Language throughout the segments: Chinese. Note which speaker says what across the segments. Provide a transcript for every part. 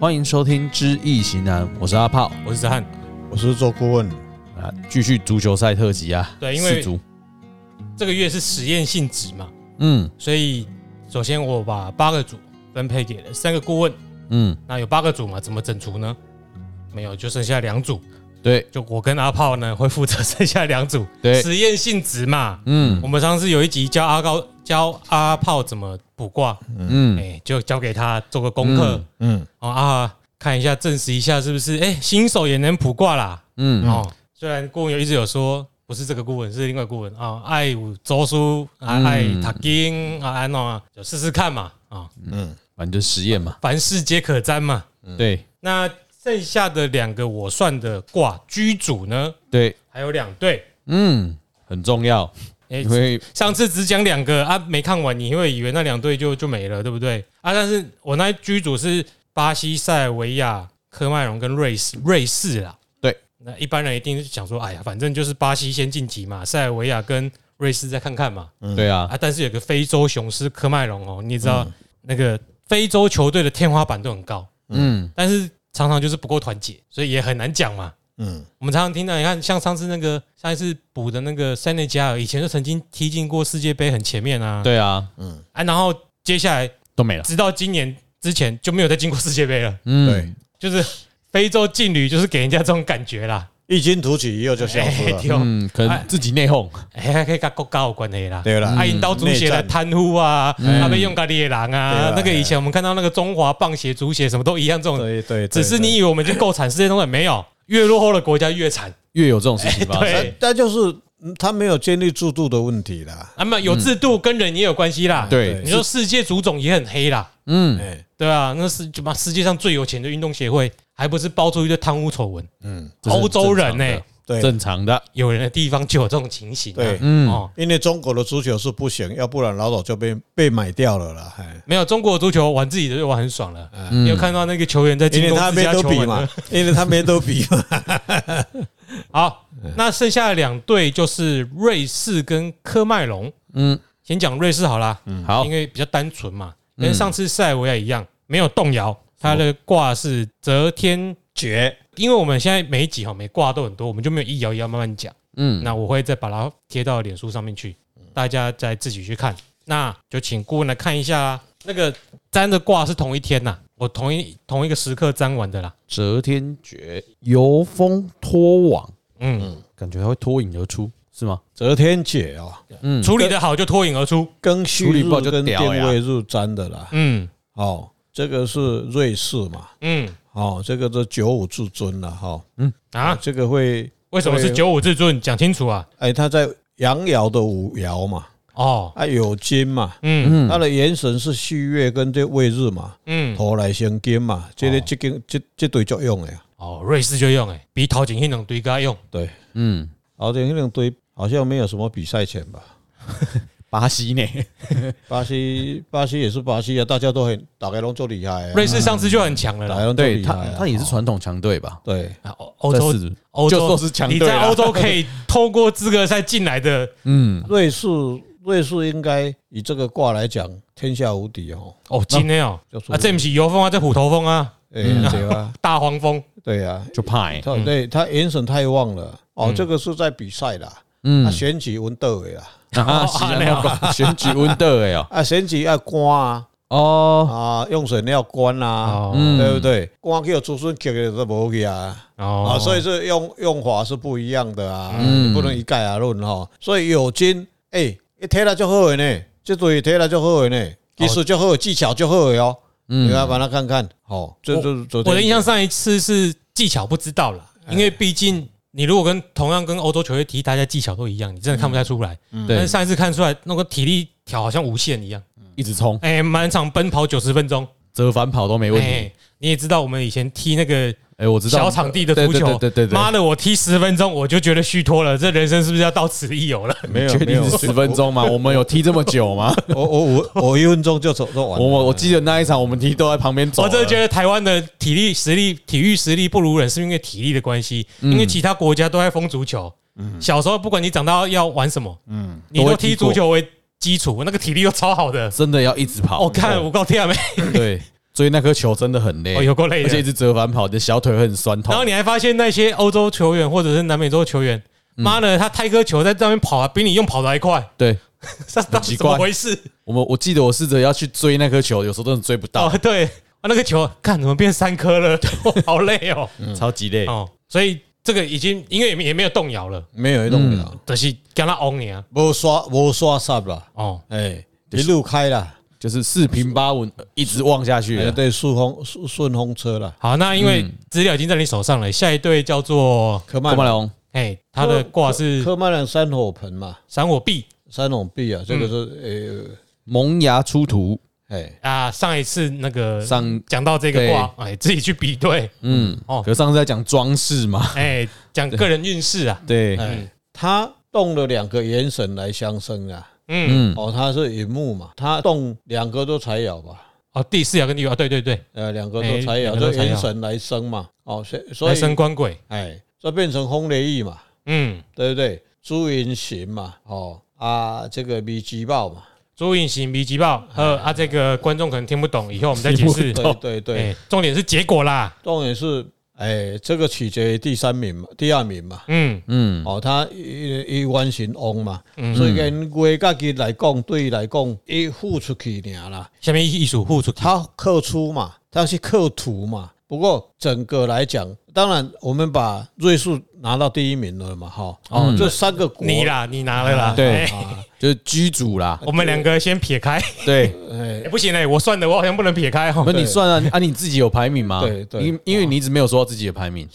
Speaker 1: 欢迎收听《知易行难》，我是阿炮
Speaker 2: 我是子翰。
Speaker 3: 我是做顾问，
Speaker 1: 啊，继续足球赛特辑啊，
Speaker 2: 对因为
Speaker 1: 四足，
Speaker 2: 这个月是实验性质嘛，
Speaker 1: 嗯
Speaker 2: 所以首先我把八个组分配给了三个顾问，
Speaker 1: 嗯，
Speaker 2: 那有八个组嘛，怎么整除呢？没有，就剩下两组，
Speaker 1: 对
Speaker 2: 就我跟阿炮呢会负责剩下两组
Speaker 1: 对，
Speaker 2: 实验性质嘛。
Speaker 1: 嗯
Speaker 2: 我们上次有一集教阿高教阿炮怎么卜卦，
Speaker 1: 嗯，
Speaker 2: 哎，就交给他做个功课
Speaker 1: 嗯
Speaker 3: 嗯，
Speaker 2: 哦啊，看一下证实一下是不是哎新手也能卜卦啦。
Speaker 1: 嗯
Speaker 2: 哦，虽然顾问有一直有说不是这个顾问，是另外顾问啊，爱有周书啊，
Speaker 1: 嗯
Speaker 2: 爱塔金啊，安诺啊，就试试看嘛啊，
Speaker 1: 反正就实验嘛，
Speaker 2: 凡事皆可占嘛。
Speaker 3: 嗯
Speaker 1: 对
Speaker 2: 那剩下的两个我算的卦居主呢，
Speaker 1: 对，
Speaker 2: 还有两对，
Speaker 1: 嗯，很重要，
Speaker 2: 哎
Speaker 1: 因为
Speaker 2: 上次只讲两个啊，没看完，你会以为那两队就就没了，对不对啊？但是我那居组是巴西、塞尔维亚、科麦隆跟瑞士，瑞士啦。
Speaker 1: 对，
Speaker 2: 那一般人一定是想说，哎呀，反正就是巴西先晋级嘛，塞尔维亚跟瑞士再看看嘛。
Speaker 3: 嗯
Speaker 1: 对啊，
Speaker 2: 啊，但是有个非洲雄狮科麦隆哦，你也知道、那个非洲球队的天花板都很高，
Speaker 1: 嗯
Speaker 2: 但是常常就是不够团结，所以也很难讲嘛。
Speaker 3: 嗯，
Speaker 2: 我们常常听到，你看像上次那个上一次补的那个塞内加尔，以前就曾经踢进过世界杯很前面啊，
Speaker 1: 对啊，
Speaker 3: 嗯
Speaker 2: 啊，然后接下来
Speaker 1: 都没了，
Speaker 2: 直到今年之前就没有再进过世界杯了，
Speaker 1: 嗯
Speaker 3: 对，
Speaker 2: 就是非洲劲旅就是给人家这种感觉啦，
Speaker 3: 异军突起以后就消失
Speaker 2: 哎
Speaker 3: 了，
Speaker 2: 对哦，
Speaker 1: 嗯，可能自己内讧，
Speaker 2: 哎，还可以跟国家有关系啦。
Speaker 3: 对嗯了，
Speaker 2: 啊，引导足协来贪污啊，
Speaker 1: 嗯
Speaker 2: 他们用咖喱野狼
Speaker 3: 对
Speaker 2: 啊
Speaker 3: 啊，
Speaker 2: 那个以前我们看到那个中华棒协、足协什么都一样，这种
Speaker 3: 对对，对
Speaker 2: 只是你，以为我们已经够惨，世界中也没有，越落后的国家越惨，
Speaker 1: 越有这种事情发
Speaker 2: 哎
Speaker 1: 生，
Speaker 2: 对
Speaker 3: 对那就是嗯他没有建立制度的问题啦，
Speaker 2: 啊，没有有制度跟人也有关系啦。
Speaker 1: 对，
Speaker 2: 你说世界足总也很黑啦，
Speaker 1: 嗯
Speaker 3: 哎，
Speaker 2: 对啊，那是就把世界上最有钱的运动协会，还不是爆出一堆贪污丑闻？
Speaker 3: 嗯，
Speaker 1: 这是
Speaker 2: 欧洲人呢、
Speaker 3: 对
Speaker 1: 正常的，
Speaker 2: 有人的地方就有这种情形、啊。
Speaker 3: 对，
Speaker 1: 嗯
Speaker 2: 哦，
Speaker 3: 因为中国的足球是不行，要不然老早就被被买掉了啦，哎，
Speaker 2: 没有中国足球玩自己的就玩很爽了。你有
Speaker 1: 嗯，
Speaker 2: 看到那个球员在
Speaker 3: 因
Speaker 2: 进
Speaker 3: 为
Speaker 2: 攻
Speaker 3: 他
Speaker 2: 自
Speaker 3: 没
Speaker 2: 家
Speaker 3: 得
Speaker 2: 球
Speaker 3: 比
Speaker 2: 门
Speaker 3: 嘛
Speaker 2: 吗？，
Speaker 3: 因为他没得比嘛，
Speaker 2: 好，那剩下的两队就是瑞士跟科麦隆。
Speaker 1: 嗯，
Speaker 2: 先讲瑞士好啦，
Speaker 3: 嗯
Speaker 1: 好
Speaker 2: 因，为比较单纯嘛，
Speaker 1: 嗯
Speaker 2: 跟上次塞尔维亚一样，没有动摇。它的卦是择天诀，因为我们现在每一集哈每卦都很多，我们就没有一摇一摇慢慢讲。
Speaker 1: 嗯，
Speaker 2: 那我会再把它贴到脸书上面去，大家再自己去看。那就请顾问来看一下啦。那个占的卦是同一天呐、我同一同一个时刻占完的啦。
Speaker 1: 折天诀，由风脱网，
Speaker 2: 嗯，
Speaker 1: 感觉它会脱颖而出，是吗？
Speaker 3: 择天解哦，
Speaker 1: 嗯，
Speaker 2: 处理的好就脱颖而出。
Speaker 3: 庚戌
Speaker 1: 处理
Speaker 3: 日
Speaker 1: 不好就
Speaker 3: 跟
Speaker 1: 屌呀
Speaker 3: 定位日沾的啦，
Speaker 2: 嗯
Speaker 3: 哦，这个是瑞士嘛，
Speaker 2: 嗯
Speaker 3: 哦，这个是九五至尊了哈，
Speaker 2: 啊，
Speaker 1: 嗯
Speaker 3: 这个会，
Speaker 2: 为什么是
Speaker 3: 对
Speaker 2: 九五至尊？讲清楚啊。
Speaker 3: 哎，他在阳爻的五爻嘛，
Speaker 2: 哦，
Speaker 3: 啊有金嘛，
Speaker 2: 嗯
Speaker 1: 嗯
Speaker 3: 它的元神是戌月跟这未日嘛，
Speaker 2: 嗯，
Speaker 3: 头来生金嘛，这个
Speaker 2: 哦
Speaker 3: 这个这这对作用的呀。
Speaker 2: 哦，瑞士就用诶、比头前那两堆加用。
Speaker 3: 对，
Speaker 1: 嗯，
Speaker 3: 好哦像那种对好像没有什么比赛权吧？
Speaker 1: 巴西呢？
Speaker 3: 巴西巴西也是巴西啊，大家都很大概拢做厉害啊，
Speaker 2: 瑞士上次就很强了
Speaker 3: 大
Speaker 2: 啦。
Speaker 3: 家拢做
Speaker 1: 对
Speaker 3: 厉害
Speaker 1: 他
Speaker 3: 啊，，
Speaker 1: 他也是
Speaker 3: 哦
Speaker 1: 传统强队吧？
Speaker 3: 对
Speaker 2: 啊欧欧洲
Speaker 1: 在四
Speaker 2: 欧
Speaker 1: 就
Speaker 2: 洲
Speaker 1: 说是强队
Speaker 2: 你在欧洲可以透过资格赛进来的
Speaker 1: 嗯，
Speaker 3: 瑞士瑞士应该以这个卦来讲天下无敌哦，
Speaker 2: 哦，今天哦
Speaker 3: 就，说
Speaker 2: 啊，这不是油风啊，这虎头风啊，
Speaker 3: 哎呀对啊
Speaker 2: 大黄蜂。
Speaker 3: 对啊，
Speaker 1: 就怕欸
Speaker 3: 他对他元神太旺了哦，这个是在比赛啦，
Speaker 1: 嗯
Speaker 3: 啊选举文斗的啦，
Speaker 1: 啊，
Speaker 2: 哦
Speaker 1: 是
Speaker 2: 这样
Speaker 1: 啊，选举温德哎
Speaker 3: 啊选举要官啊
Speaker 1: 哦，
Speaker 3: 啊用水要官啊。
Speaker 2: 哦
Speaker 1: 嗯
Speaker 3: 对不对？光叫子孙给的都无去啊，啊，
Speaker 2: 哦
Speaker 3: 所以这用用法是不一样的啊，
Speaker 1: 嗯
Speaker 3: 你不能一概而论哈。所以有金，哎，一贴了就好的呢，这对贴了就好的呢，技术就好，技巧就好的哦。你
Speaker 1: 哦嗯
Speaker 3: 来把它看看，好，这这昨天
Speaker 2: 我的印象，上一次是技巧不知道啦，因为毕竟你如果跟同样跟欧洲球队踢，大家技巧都一样，你真的看不太出来。嗯
Speaker 1: 对
Speaker 2: 但是，上一次看出来，那个体力条好像无限一样，
Speaker 1: 一直冲，
Speaker 2: 哎，满场奔跑九十分钟，
Speaker 1: 折返跑都没问题。
Speaker 2: 哎，你也知道我们以前踢那个
Speaker 1: 哎，我知道
Speaker 2: 小场地的足球，
Speaker 1: 对对对对对
Speaker 2: 妈的，我踢十分钟我就觉得虚脱了，这人生是不是要到此一游了？
Speaker 3: 没有
Speaker 1: 确
Speaker 3: 没
Speaker 1: 定
Speaker 3: 有
Speaker 1: 是十分， 钟吗？我们有踢这么久吗？
Speaker 3: 我我我我一分钟就走走完
Speaker 1: 我
Speaker 3: 了。
Speaker 1: 我我记得那一场我们踢都在旁边走了，啊
Speaker 2: 我真的觉得台湾的体力实力、体育实力不如人，是因为体力的关系，
Speaker 1: 嗯
Speaker 2: 因为其他国家都在疯足球。小时候不管你长大要玩什么，嗯，你都踢足球为基础，那个体力都超好的。哦
Speaker 1: 真的要一直跑。
Speaker 2: 我看我告天啊，没
Speaker 1: 对，所以那颗球真的很累，
Speaker 2: 哦， 有够累
Speaker 1: 而且一
Speaker 2: 的。
Speaker 1: 直折返跑，你的小腿会很酸痛
Speaker 2: 然后。你还发现那些欧洲球员或者是南美洲球员，
Speaker 1: 嗯
Speaker 2: 妈的，他拍颗球在那边跑啊，比你用跑的还快，
Speaker 1: 对
Speaker 2: 这到底
Speaker 1: 奇
Speaker 2: 怎么
Speaker 1: 怪
Speaker 2: 回事？
Speaker 1: 我们，我记得我试着要去追那颗球，有时候真的追不到
Speaker 2: 哦，，对，啊，那个球看怎么变三颗了，我 好累哦。
Speaker 1: 超级累。
Speaker 2: 哦，所以这个已经因为也没也没有动摇了，
Speaker 3: 没有一动
Speaker 1: 嗯
Speaker 3: 了，
Speaker 2: 就是跟他 on 你啊。
Speaker 3: 无刷啊无刷煞啦，
Speaker 2: 哦，
Speaker 3: 哎，一路开啦，
Speaker 1: 就是四平八稳，呃一直望下去
Speaker 3: 哎
Speaker 1: 了。
Speaker 3: 对，顺风顺顺风车啦，
Speaker 2: 好，那因为资料已经在你手上了，下一队叫做
Speaker 3: 科曼
Speaker 1: 郭曼龙，
Speaker 2: 哎，他的挂是
Speaker 3: 科曼兰山火盆嘛，
Speaker 2: 闪火币
Speaker 3: 山火币
Speaker 2: 嗯
Speaker 3: 啊，这个是
Speaker 1: 萌芽出土，
Speaker 3: 哎哎，
Speaker 2: 啊。上一次那个
Speaker 1: 上
Speaker 2: 讲到这个挂，哎，自己去比对，
Speaker 1: 嗯，
Speaker 2: 哦
Speaker 1: 哦，可上次在讲装饰嘛，
Speaker 2: 哎，讲个人运势啊，
Speaker 1: 对，
Speaker 3: 哎，他动了两个元神来相生啊，
Speaker 2: 嗯，
Speaker 1: 嗯，
Speaker 3: 哦，他是银木嘛，他动两个都柴窑吧。
Speaker 2: 哦，第四爻跟第五爻，对对对，
Speaker 3: 呃，两个
Speaker 2: 哎
Speaker 3: 都柴窑，
Speaker 2: 两个
Speaker 3: 就
Speaker 2: 都柴窑
Speaker 3: 元神来生嘛，哦，所以所
Speaker 2: 来生
Speaker 3: 以
Speaker 2: 官鬼，
Speaker 3: 哎，这变成轰雷翼嘛，
Speaker 2: 嗯，
Speaker 3: 对不对？朱云行嘛，哦啊，这个米吉豹嘛，
Speaker 2: 朱印行迷吉报，呃啊，这个观众可能听不懂，以后我们再解释
Speaker 1: 听。不
Speaker 3: 对
Speaker 1: 懂
Speaker 3: 对对，
Speaker 2: 哎，重点是结果啦，
Speaker 3: 重点是哎，这个取决于第三名嘛，第二名嘛，
Speaker 2: 嗯
Speaker 1: 嗯，
Speaker 3: 哦，他一一弯行翁嘛，
Speaker 2: 嗯
Speaker 3: 所以跟月家己来讲，对伊来讲，伊付出去尔啦，
Speaker 2: 下面一组户出去，
Speaker 3: 他刻出嘛，他是刻图嘛。不过整个来讲，当然我们把瑞士拿到第一名了嘛，哈，哦，
Speaker 1: 嗯
Speaker 3: 这三个国
Speaker 2: 你啦，你拿了啦，
Speaker 1: 对
Speaker 2: 哎
Speaker 3: 啊，
Speaker 1: 就是居主啦，
Speaker 2: 我们两个先撇开，
Speaker 1: 对，
Speaker 3: 哎
Speaker 2: 哎，不行哎，我算的我好像不能撇开
Speaker 1: 不
Speaker 2: 哦。
Speaker 1: 是你算啊，啊，你自己有排名吗？
Speaker 3: 对对
Speaker 1: 因因为你一直没有说到自己的排名。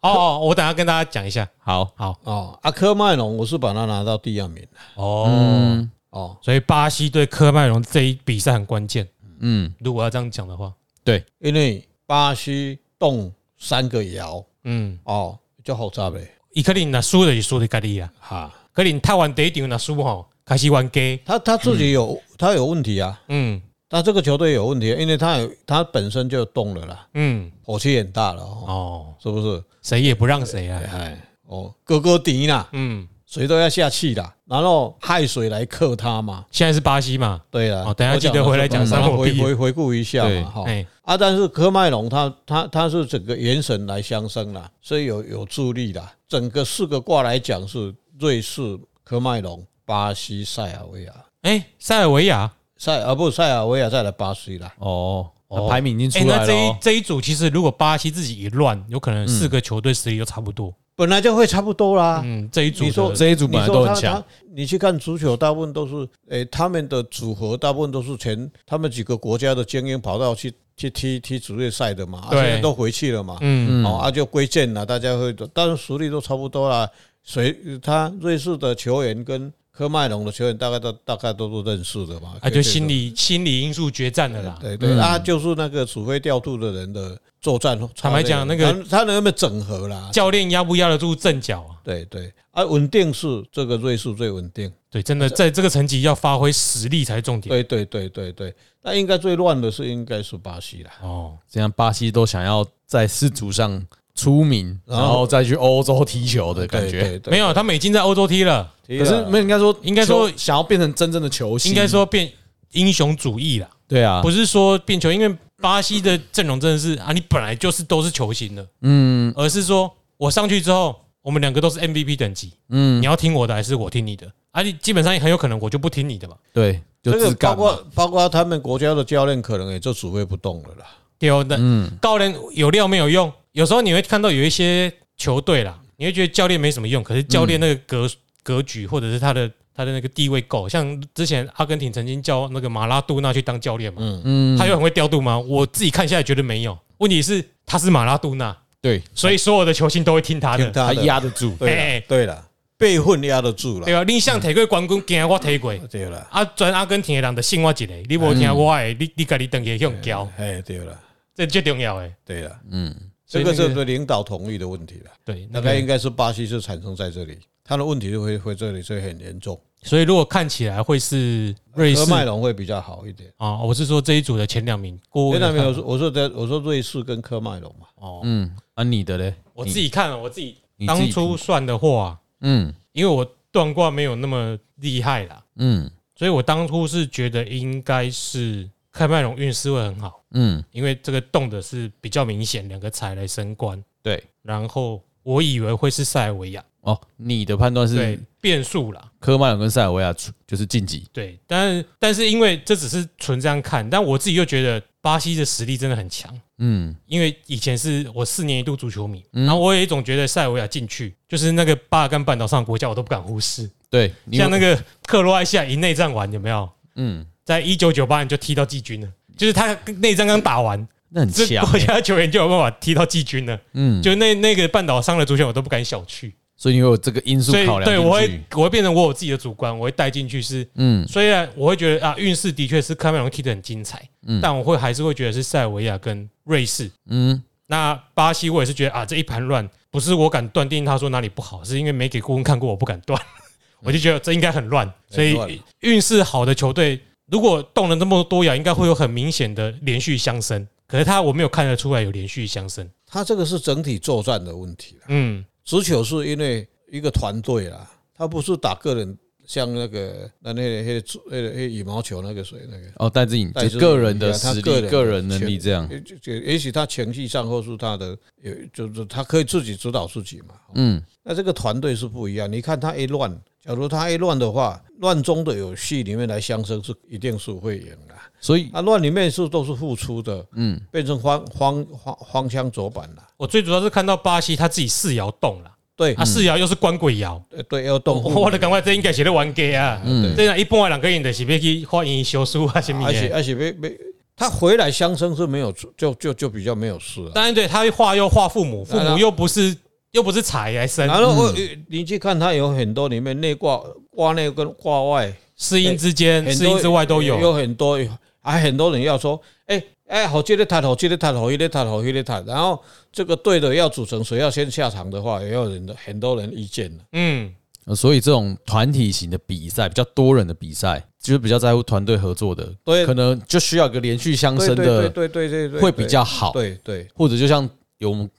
Speaker 2: 哦哦，我等下跟大家讲一下。
Speaker 1: 好，
Speaker 2: 好
Speaker 3: 哦，阿科麦隆，我是把他拿到第二名了
Speaker 2: 哦，
Speaker 3: 哦，
Speaker 2: 所以巴西对科麦隆这一比赛很关键。
Speaker 1: 嗯，
Speaker 2: 如果要这样讲的话，
Speaker 1: 对，
Speaker 3: 因为巴西动三个摇
Speaker 2: 嗯，
Speaker 3: 哦，就复杂嘞
Speaker 2: 伊克林那输的就输的咖喱啊，
Speaker 3: 哈。
Speaker 2: 可能他玩第一场那输吼，开始玩 gay，
Speaker 3: 他他自己有他有问题啊，
Speaker 2: 嗯
Speaker 3: 他这个球队有问题，因为他有他本身就动了啦，
Speaker 2: 嗯，
Speaker 3: 火气很大了哦，
Speaker 2: 哦，
Speaker 3: 是不是？
Speaker 2: 谁也不让谁啊，
Speaker 3: 哎，哦，哥哥敌啦，
Speaker 2: 嗯，
Speaker 3: 谁都要下气啦，然后害水来克他嘛，
Speaker 2: 现在是巴西嘛，
Speaker 3: 对啦。
Speaker 2: 哦等一下
Speaker 3: 我讲
Speaker 2: 记得回来讲
Speaker 3: 我
Speaker 2: 三
Speaker 3: 们
Speaker 2: 火
Speaker 3: 回
Speaker 2: 币
Speaker 3: 回回顾一下
Speaker 1: 对
Speaker 3: 嘛，哈。
Speaker 2: 哎，
Speaker 3: 啊，但是科麦隆他他他是整个元神来相生啦，所以有有助力啦。整个四个卦来讲是瑞士、科麦隆、巴西、塞尔维亚，
Speaker 2: 哎，塞尔维亚，
Speaker 3: 塞啊不塞尔维亚再来巴西啦。
Speaker 1: 哦，
Speaker 2: 哦
Speaker 1: 排名已经
Speaker 2: 哎，
Speaker 1: 出来
Speaker 2: 那
Speaker 1: 了
Speaker 2: 这一
Speaker 1: 哦。
Speaker 2: 这一组其实如果巴西自己一乱，有可能四个球队实力都差不多，
Speaker 3: 本来就会差不多啦。
Speaker 2: 嗯，这一组
Speaker 3: 啊你说
Speaker 2: 的
Speaker 1: 这一组
Speaker 3: 你
Speaker 1: 本来都
Speaker 3: 说
Speaker 1: 很
Speaker 3: 他
Speaker 1: 强
Speaker 3: 他，，你去看足球，大部分都是诶、他们的组合大部分都是全他们几个国家的精英跑到去去踢踢职业赛的嘛，啊、
Speaker 2: 对
Speaker 3: 现在都回去了嘛。
Speaker 2: 嗯，
Speaker 1: 嗯
Speaker 3: 哦，啊就归建了，大家会，但是实力都差不多啦。谁他瑞士的球员跟科麦隆的球员大概都大概都都认识的嘛？
Speaker 2: 啊，就心理心理因素决战的啦。
Speaker 3: 对对，啊就是那个指挥调度的人的作战。
Speaker 2: 坦白讲那个
Speaker 3: 他他能不能整合啦？
Speaker 2: 教练压不压得住阵脚啊？
Speaker 3: 对对，啊稳定是这个瑞士最稳定。
Speaker 2: 对，真的在这个层级要发挥实力才是重点。
Speaker 3: 对对对对对，那应该最乱的是应该是巴西啦。
Speaker 2: 哦，
Speaker 1: 这样巴西都想要在世足上出名，
Speaker 2: 嗯
Speaker 3: 然
Speaker 1: 然
Speaker 3: 后
Speaker 1: 后再去欧洲踢球的感觉。
Speaker 3: 对，对对
Speaker 2: 没有，他们已经在欧洲踢了，
Speaker 3: 踢
Speaker 1: 可是
Speaker 3: 了
Speaker 1: 没有，应该说，
Speaker 2: 啊应该说
Speaker 1: 球想要变成真正的球星，
Speaker 2: 应该说变英雄主义了，
Speaker 1: 对啊
Speaker 2: 不，是说变球，因为巴西的阵容真的是啊，你本来就是都是球星的，
Speaker 1: 嗯
Speaker 2: 而是说我上去之后，我们两个都是 MVP 等级，
Speaker 1: 嗯
Speaker 2: 你，要听我的还是我听你的？啊，你基本上很有可能我就不听你的嘛。
Speaker 1: 对，就
Speaker 3: 这
Speaker 1: 自
Speaker 3: 个包
Speaker 1: 干嘛，
Speaker 3: 括包括他们国家的教练可能也就指挥不动了啦。
Speaker 2: 对哦，那
Speaker 1: 嗯
Speaker 2: 高人有料没有用，有时候你会看到有一些球队啦，你会觉得教练没什么用，可是教练那个格、格局或者是他的他的那个地位够，像之前阿根廷曾经叫那个马拉杜纳去当教练嘛，
Speaker 1: 嗯，
Speaker 2: 他又很会调度吗？我自己看下来觉得没有，问题是他是马拉杜纳，
Speaker 1: 对，
Speaker 2: 所以所有的球星都会听他
Speaker 3: 听
Speaker 2: 的，
Speaker 3: 他
Speaker 1: 他
Speaker 3: 的，
Speaker 1: 压得住，
Speaker 3: 对
Speaker 2: 哎
Speaker 3: 了对了，辈分压得住了
Speaker 2: 对。吧？你像铁过冠军，今我铁过。
Speaker 3: 对了，
Speaker 2: 啊，全阿根廷的人就信我一个，你无听我的，你你家己当个向交，
Speaker 3: 哎，对了，
Speaker 2: 这最重要诶。
Speaker 3: 对了，
Speaker 1: 嗯，
Speaker 2: 所
Speaker 3: 这
Speaker 2: 以
Speaker 3: 个
Speaker 2: 那个
Speaker 3: 是对领导同意的问题了。
Speaker 2: 对，那
Speaker 3: 大
Speaker 2: 个
Speaker 3: 概应该是巴西是产生在这里，他的问题就会会这里，所以很严重。
Speaker 2: 所以如果看起来会是瑞
Speaker 3: 科
Speaker 2: 士
Speaker 3: 麦隆会比较好一点。
Speaker 2: 啊，我是说这一组的前两名。郭
Speaker 3: 哎，
Speaker 2: 文
Speaker 3: 那没有，
Speaker 2: 看
Speaker 3: 我说我说的，我说瑞士跟科麦隆嘛，
Speaker 2: 哦，
Speaker 1: 嗯，啊，你的嘞？
Speaker 2: 我
Speaker 1: 你
Speaker 2: 自己看了，我自己
Speaker 1: 你自己
Speaker 2: 当初算的话，
Speaker 1: 嗯
Speaker 2: 因为我断卦没有那么厉害啦，
Speaker 1: 嗯
Speaker 2: 所以我当初是觉得应该是喀麦隆运势会很好，
Speaker 1: 嗯，
Speaker 2: 因为这个动的是比较明显，两个财来升官。
Speaker 1: 对，
Speaker 2: 然后我以为会是塞尔维亚，
Speaker 1: 哦，你的判断
Speaker 2: 对
Speaker 1: 是
Speaker 2: 变数啦，
Speaker 1: 科曼尔跟塞尔维亚出就是晋级，
Speaker 2: 对，但但是因为这只是纯这样看，但我自己又觉得巴西的实力真的很强。
Speaker 1: 嗯，
Speaker 2: 因为以前是我四年一度足球迷，
Speaker 1: 嗯
Speaker 2: 然后我有一种觉得塞尔维亚进去就是那个巴尔干半岛上的国家，我都不敢忽视。
Speaker 1: 对，你
Speaker 2: 像那个克罗埃西亚赢内战完有没有？
Speaker 1: 嗯，
Speaker 2: 在一九九八年就踢到季军了，就是他内战刚打完，
Speaker 1: 那很
Speaker 2: 这
Speaker 1: 强
Speaker 2: 国
Speaker 1: 欸，
Speaker 2: 家球员就有办法踢到季军了。
Speaker 1: 嗯，
Speaker 2: 就那那个半岛上的足球，我都不敢小觑。
Speaker 1: 所以你会有这个因素
Speaker 2: 所以
Speaker 1: 考量进去，
Speaker 2: 对我会我会变成我有自己的主观，我会带进去是，
Speaker 1: 嗯
Speaker 2: 虽然我会觉得啊，运势的确是喀麦隆踢得很精彩，
Speaker 1: 嗯
Speaker 2: 但我会还是会觉得是塞尔维亚跟瑞士。
Speaker 1: 嗯
Speaker 2: 那巴西我也是觉得啊，这一盘乱，不是我敢断定他说哪里不好，是因为没给顾问看过，我不敢断， 我就觉得这应该很乱。所
Speaker 3: 很乱
Speaker 2: 以运势好的球队，如果动了那么多摇，应该会有很明显的连续相生。可是他我没有看得出来有连续相生，
Speaker 3: 他这个是整体作战的问题啦。
Speaker 2: 嗯，
Speaker 3: 足球是因为一个团队啦，他不是打个人，像那个那那那那那那羽毛球那个谁那个。
Speaker 1: 哦，戴志颖就
Speaker 3: 戴志颖
Speaker 1: 个人的
Speaker 3: 对啊他
Speaker 1: 实
Speaker 3: 个人
Speaker 1: 力、
Speaker 3: 的
Speaker 1: 个人能力
Speaker 3: 全
Speaker 1: 这样，
Speaker 3: 也就就也许他情绪上或是他的，也就是他可以自己指导自己嘛。
Speaker 1: 嗯
Speaker 3: 那这个团队是不一样。你看他一乱，假如他一乱的话，乱中的有序里面来相生是一定是会赢的。
Speaker 1: 所以
Speaker 3: 那乱里面是都是付出的，
Speaker 1: 嗯，
Speaker 3: 变成方方方方向走板了。
Speaker 2: 我最主要是看到巴西他自己四摇动了，
Speaker 3: 对
Speaker 2: 啊，四摇又是关鬼摇，
Speaker 3: 呃对，要动互
Speaker 2: 我的感觉这应该是咧玩家啊，
Speaker 1: 嗯
Speaker 2: 这样一般的人个人就是要去法院修书啊，什么
Speaker 3: 而且
Speaker 2: 的。
Speaker 3: 而且没没，他回来相生是没有出就就就比较没有事啊了。
Speaker 2: 当然对，他画又画父母，父
Speaker 3: 来
Speaker 2: 母
Speaker 3: 了
Speaker 2: 又不是又不是财来生，
Speaker 3: 然后我你去看他有很多里面内挂挂内跟挂外，
Speaker 2: 私因之间、
Speaker 3: 很
Speaker 2: 私因
Speaker 3: 多
Speaker 2: 之外都有。
Speaker 3: 有很多，还很多人要说，哎哎，好这个谈，好这个谈，好一个谈，好一个谈。然后这个队的要组成，谁要先下场的话，也有人的很多人意见了。
Speaker 2: 嗯，
Speaker 1: 呃所以这种团体型的比赛，比较多人的比赛，就是比较在乎团队合作的，
Speaker 3: 对
Speaker 1: 可能就需要一个连续相
Speaker 3: 对
Speaker 1: 生
Speaker 3: 对对
Speaker 1: 的，
Speaker 3: 对对对对，
Speaker 1: 会比较好，
Speaker 3: 对对
Speaker 1: 或者就像有我们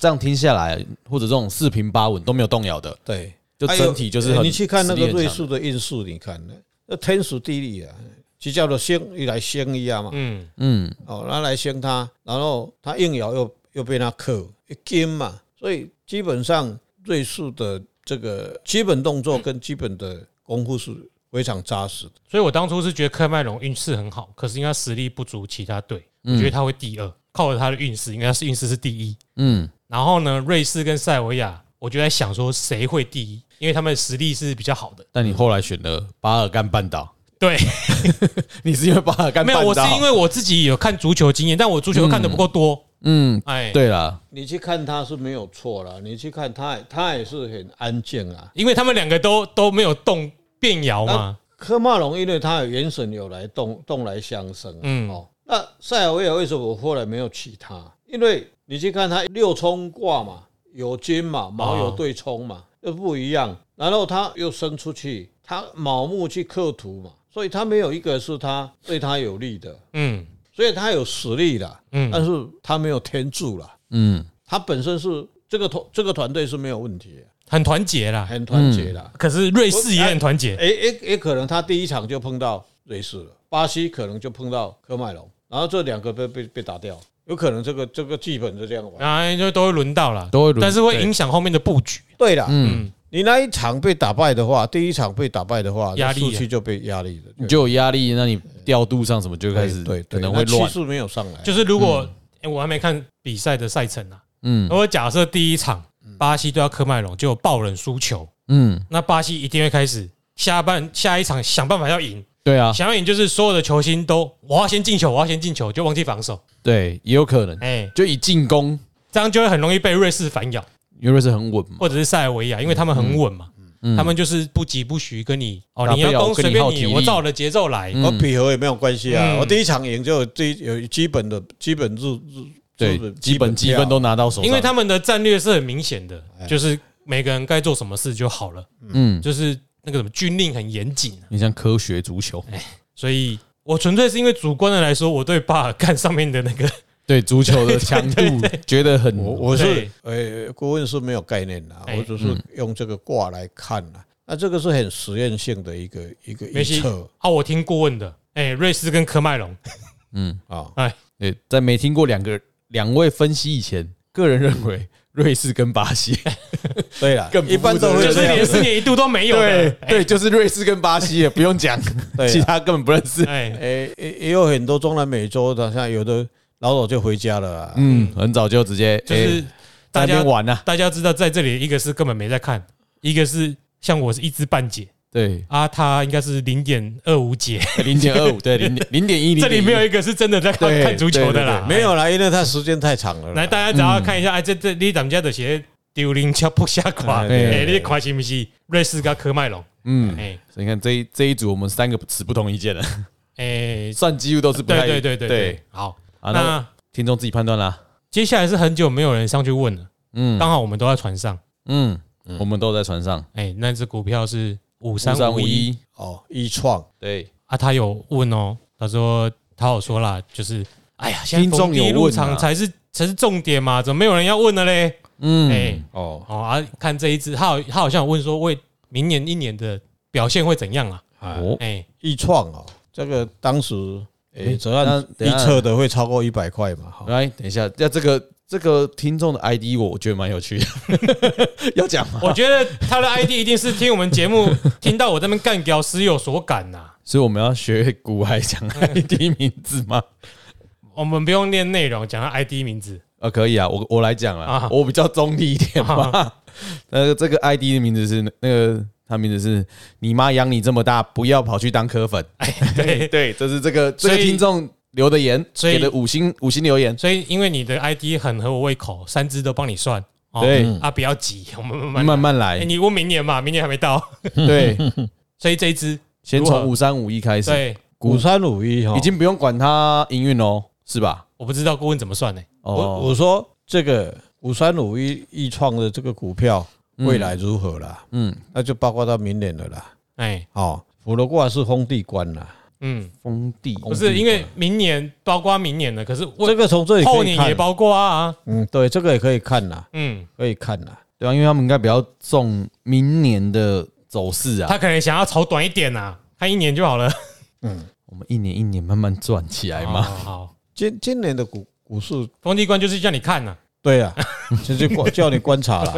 Speaker 1: 这样听下来，或者这种四平八稳都没有动摇的，
Speaker 3: 对，
Speaker 1: 就整体就是很
Speaker 3: 哎呦你去看那
Speaker 1: 实
Speaker 3: 个
Speaker 1: 力很
Speaker 3: 瑞
Speaker 1: 强
Speaker 3: 士的运势，你看那天时地利啊，就叫做星一来星一啊嘛，
Speaker 2: 嗯，
Speaker 1: 嗯
Speaker 3: 哦，他来先他，然后他硬咬又又被他克一金嘛，所以基本上瑞士的这个基本动作跟基本的功夫是非常扎实的。
Speaker 2: 所以我当初是觉得科麦隆运势很好，可是因为他实力不足其他队，我
Speaker 3: 嗯
Speaker 2: 觉得他会第二，靠着他的运势，应该是运势是第一。
Speaker 1: 嗯
Speaker 2: 然后呢，瑞士跟塞尔维亚，我就在想说谁会第一，因为他们的实力是比较好的。
Speaker 1: 但你后来选了巴尔干半岛，
Speaker 2: 对，
Speaker 1: 你是因为巴尔干半岛
Speaker 2: 没有，我是因为我自己有看足球经验，但我足球看的不够多。
Speaker 1: 嗯，
Speaker 2: 哎，
Speaker 1: 对啦，
Speaker 3: 你去看他是没有错啦，你去看他，他也是很安静啊。
Speaker 2: 因为他们两个都都没有动变摇
Speaker 1: 啊
Speaker 2: 嘛。
Speaker 3: 科马龙因为他有元神有来动动来相生、
Speaker 2: 嗯
Speaker 3: 嗯哦，那塞尔维亚为什么我后来没有起他？因为你去看他六冲卦嘛，有金嘛，卯有对冲嘛，又不一样。然后他又生出去，他卯木去克土嘛，所以他没有一个是他对他有利的，
Speaker 2: 嗯
Speaker 3: 所以他有实力啦，
Speaker 2: 嗯
Speaker 3: 但是他没有天助啦，
Speaker 1: 嗯
Speaker 3: 他本身是这个团这个团队是没有问题的，
Speaker 2: 很团结啦。
Speaker 1: 哎
Speaker 3: 很团结啦。
Speaker 2: 可是瑞士也很团结，
Speaker 3: 也也也可能他第一场就碰到瑞士了，巴西可能就碰到科麦隆，然后这两个被被被打掉，有可能这个这个剧本就这样玩。
Speaker 2: 啊，就都会轮到了，
Speaker 1: 哎都会轮
Speaker 2: 但是会影响后面的布局。
Speaker 3: 对了，
Speaker 1: 嗯，
Speaker 3: 你那一场被打败的话，第一场被打败的话，
Speaker 2: 压力啊
Speaker 3: 那士气就被压力了，
Speaker 1: 你就有压力，那你调度上什么就开
Speaker 3: 对
Speaker 1: 始
Speaker 3: 对，对
Speaker 1: 可能会
Speaker 3: 那
Speaker 1: 乱
Speaker 3: 气，势没有上来，
Speaker 2: 就是如果诶我还没看比赛的赛程啊，
Speaker 1: 嗯
Speaker 2: 如果假设第一场巴西对到科麦隆就有爆冷输球，
Speaker 1: 嗯，
Speaker 2: 那巴西一定会开始下半下一场想办法要赢，
Speaker 1: 对啊，
Speaker 2: 想要赢就是所有的球星都我要先进球，我要先进球，就忘记防守，
Speaker 1: 对，也有可能，
Speaker 2: 哎，
Speaker 1: 就以进攻，
Speaker 2: 这样就会很容易被瑞士反咬，
Speaker 1: 因为瑞士很稳嘛，
Speaker 2: 或者是塞尔维亚，因为他们很稳嘛。
Speaker 1: 嗯
Speaker 2: 他们就是不急不徐，跟你哦，
Speaker 1: 打
Speaker 2: 你要
Speaker 1: 不了
Speaker 2: 攻
Speaker 1: 我跟
Speaker 2: 随
Speaker 1: 你
Speaker 2: 便
Speaker 1: 耗
Speaker 2: 你，
Speaker 1: 体
Speaker 2: 我
Speaker 1: 力
Speaker 2: 照我的节奏来。
Speaker 1: 嗯
Speaker 3: 我比和也没有关系啊。
Speaker 2: 嗯
Speaker 3: 我第一场赢就有最有基本的基本入入
Speaker 1: 对，基本积分都拿到手上，
Speaker 2: 因为他们的战略是很明显的，
Speaker 3: 哎
Speaker 2: 就是每个人该做什么事就好了，
Speaker 1: 嗯，
Speaker 2: 就是那个什么军令很严谨、啊
Speaker 1: 你像科学足球，
Speaker 2: 所以我纯粹是因为主观的来说，我对巴尔干上面的那个，
Speaker 1: 对足球的强度觉得很，
Speaker 3: 我我是
Speaker 2: 对
Speaker 3: 呃，顾问是没有概念的，
Speaker 2: 哎
Speaker 3: 我只是用这个卦来看啦。那这个是很实验性的一个一个
Speaker 2: 没
Speaker 3: 预
Speaker 2: 事
Speaker 3: 测，
Speaker 2: 啊，我听顾问的，哎、瑞士跟科麦隆，
Speaker 1: 嗯，
Speaker 4: 啊。
Speaker 1: 对，在没听过两个两位分析以前，个人认为瑞士跟巴西
Speaker 3: 对了
Speaker 1: 更，不
Speaker 3: 一般都
Speaker 1: 负
Speaker 3: 会
Speaker 1: 责
Speaker 2: 就
Speaker 3: 这
Speaker 2: 是
Speaker 3: 样
Speaker 2: 连
Speaker 3: 子
Speaker 2: 十。年一度都没 有
Speaker 1: 对
Speaker 2: 的。
Speaker 1: 对，就是瑞士跟巴西了， 不用讲，
Speaker 3: 对啊
Speaker 1: 其他根本不认识。
Speaker 2: 哎，
Speaker 3: 诶、也也有很多中南美洲的，像有的老早就回家了、啊。
Speaker 1: 嗯，很早就直接
Speaker 2: 就是
Speaker 1: 哎在
Speaker 2: 大
Speaker 1: 那
Speaker 2: 家
Speaker 1: 边玩啊呐，
Speaker 2: 大家知道，在这里一个是根本没在看，一个是像我是一知半解
Speaker 1: 对，
Speaker 2: 啊，他应该是零点二五 解，
Speaker 1: 零点二五， 对，零零点一，
Speaker 2: 这里没有
Speaker 1: 0.1
Speaker 2: 一个是真的在看
Speaker 1: 对
Speaker 2: 看足球的啦。
Speaker 3: 没有啦，因为它时间太长了啦。
Speaker 2: 来，大家只要看一下，哎，这这你咱们家的鞋丢零敲扑下垮，
Speaker 3: 哎
Speaker 1: 对
Speaker 2: 哎，你垮是不是？瑞士跟科麦隆，
Speaker 1: 嗯，
Speaker 2: 哎
Speaker 1: 所以你看这一这一组，我们三个持不同意见的，
Speaker 2: 哎，
Speaker 1: 算几乎都是不
Speaker 2: 对
Speaker 1: 太
Speaker 2: 对对对
Speaker 1: 对
Speaker 2: 对，。好，
Speaker 1: 啊，那
Speaker 2: 那
Speaker 1: 听众自己判断啦。
Speaker 2: 接下来是很久没有人上去问了，
Speaker 1: 嗯
Speaker 2: 刚好我们都在船上，
Speaker 1: 嗯，我们都在船上，
Speaker 2: 哎，那只股票是五三
Speaker 1: 三
Speaker 2: 五
Speaker 1: 五
Speaker 2: 一
Speaker 1: 一，
Speaker 3: 哦，一创
Speaker 1: 对，
Speaker 2: 啊，他有问哦，他说他有说啦，就是哎呀，现
Speaker 1: 听
Speaker 2: 在
Speaker 1: 众
Speaker 2: 逢
Speaker 1: 有
Speaker 2: 低
Speaker 1: 问啊
Speaker 2: 入场才是才是重点嘛，怎么没有人要问了嘞？哎
Speaker 1: 嗯，
Speaker 3: 哦，
Speaker 2: 哦啊，看这一只，他好他好像有问说，为明年一年的表现会怎样啊？
Speaker 1: 哦，
Speaker 2: 哎，
Speaker 3: 一创哦，这个当时诶，
Speaker 1: 诶
Speaker 3: 只要
Speaker 1: 那
Speaker 3: 一测的会超过一百块嘛。哈，
Speaker 1: 来，等一下，要这个这个听众的 ID，我我觉得蛮有趣的，要讲吗？
Speaker 2: 我觉得他的 ID 一定是听我们节目 听到我这边干掉，时有所感呐、
Speaker 1: 所以我们要学古来讲 ID 名字吗？
Speaker 2: 我们不用念内容，讲他 ID 名字。
Speaker 1: 啊，可以啊，我我来讲啦
Speaker 2: 啊，
Speaker 1: 我比较中立一点嘛。那个这个 ID 的名字是那个，他名字是你妈养你这么大，不要跑去当科粉。
Speaker 2: 对，
Speaker 1: 对，这是这个这
Speaker 2: 所以
Speaker 1: 个听众留的言，
Speaker 2: 所以
Speaker 1: 给的五星五星留言。
Speaker 2: 所以因为你的 ID 很合我胃口，三只都帮你算。哦、
Speaker 1: 对
Speaker 2: 啊，不要急，我们慢慢来
Speaker 1: 慢慢
Speaker 2: 哎、
Speaker 1: 来，
Speaker 2: 你问明年嘛，明年还没到，
Speaker 1: 对，
Speaker 2: 所以这一只
Speaker 1: 先
Speaker 2: 如
Speaker 1: 从
Speaker 2: 何
Speaker 1: 五三五一开始，
Speaker 2: 对，
Speaker 3: 五三五一哈，
Speaker 1: 已经不用管它营运喽，是吧？
Speaker 2: 我不知道顾问怎么算呢、
Speaker 3: 我
Speaker 1: 哦，
Speaker 3: 我说这个五三五一一创的这个股票
Speaker 2: 嗯
Speaker 3: 未来如何啦？
Speaker 1: 嗯，
Speaker 3: 那就包括到明年了啦。
Speaker 2: 哎、
Speaker 3: 哦，普罗卦是封地官啦，
Speaker 2: 嗯，
Speaker 1: 封地
Speaker 2: 不是因为明年包括明年了，可是
Speaker 3: 这
Speaker 2: 我
Speaker 3: 个从这里
Speaker 2: 后
Speaker 3: 可以
Speaker 2: 年也
Speaker 3: 看。
Speaker 2: 包括啊，
Speaker 3: 嗯，对，这个也可以看啦，
Speaker 2: 嗯，
Speaker 3: 可以看啦。
Speaker 1: 对啊，因为他们应该比较重明年的走势啊。
Speaker 2: 他可能想要炒短一点啊，看一年就 好了。
Speaker 1: 我们一年一年慢慢赚起来
Speaker 3: 啊
Speaker 1: 嘛。
Speaker 2: 好好，
Speaker 3: 今今年的股股市，
Speaker 2: 封地官就是叫你看呐、
Speaker 3: 对 啊，就是观叫你观察啦，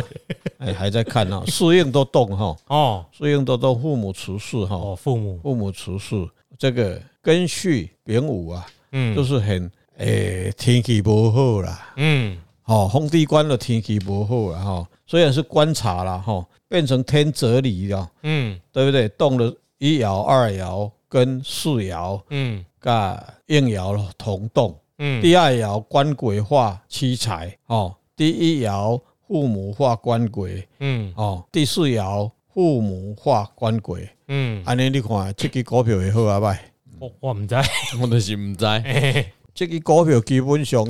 Speaker 3: 哎，还在看啊，适应都动哈，
Speaker 2: 哦
Speaker 3: 适应都动，父母辞世哈，
Speaker 2: 哦，父母，
Speaker 3: 父母辞世，这个庚戌丙午啊，
Speaker 2: 嗯，
Speaker 3: 就是是很诶、天气不好啦，
Speaker 2: 嗯，
Speaker 3: 哦，封地官的天气不好啦哈，虽然是观察啦哈，变成天泽离了，
Speaker 2: 嗯
Speaker 3: 对不对？动了一爻、二爻跟四爻，
Speaker 2: 嗯
Speaker 3: 噶应爻咯同动。
Speaker 2: 嗯
Speaker 3: 第二爻官鬼化七财哦，第一爻父母化官鬼
Speaker 2: 嗯
Speaker 3: 哦，第四爻父母化官鬼，
Speaker 2: 嗯，
Speaker 3: 安尼你看这支股票会好啊歹？
Speaker 2: 我我们知，
Speaker 3: 哦
Speaker 2: 嗯
Speaker 1: 我的心在，
Speaker 2: 嘿嘿
Speaker 3: 这支股票基本上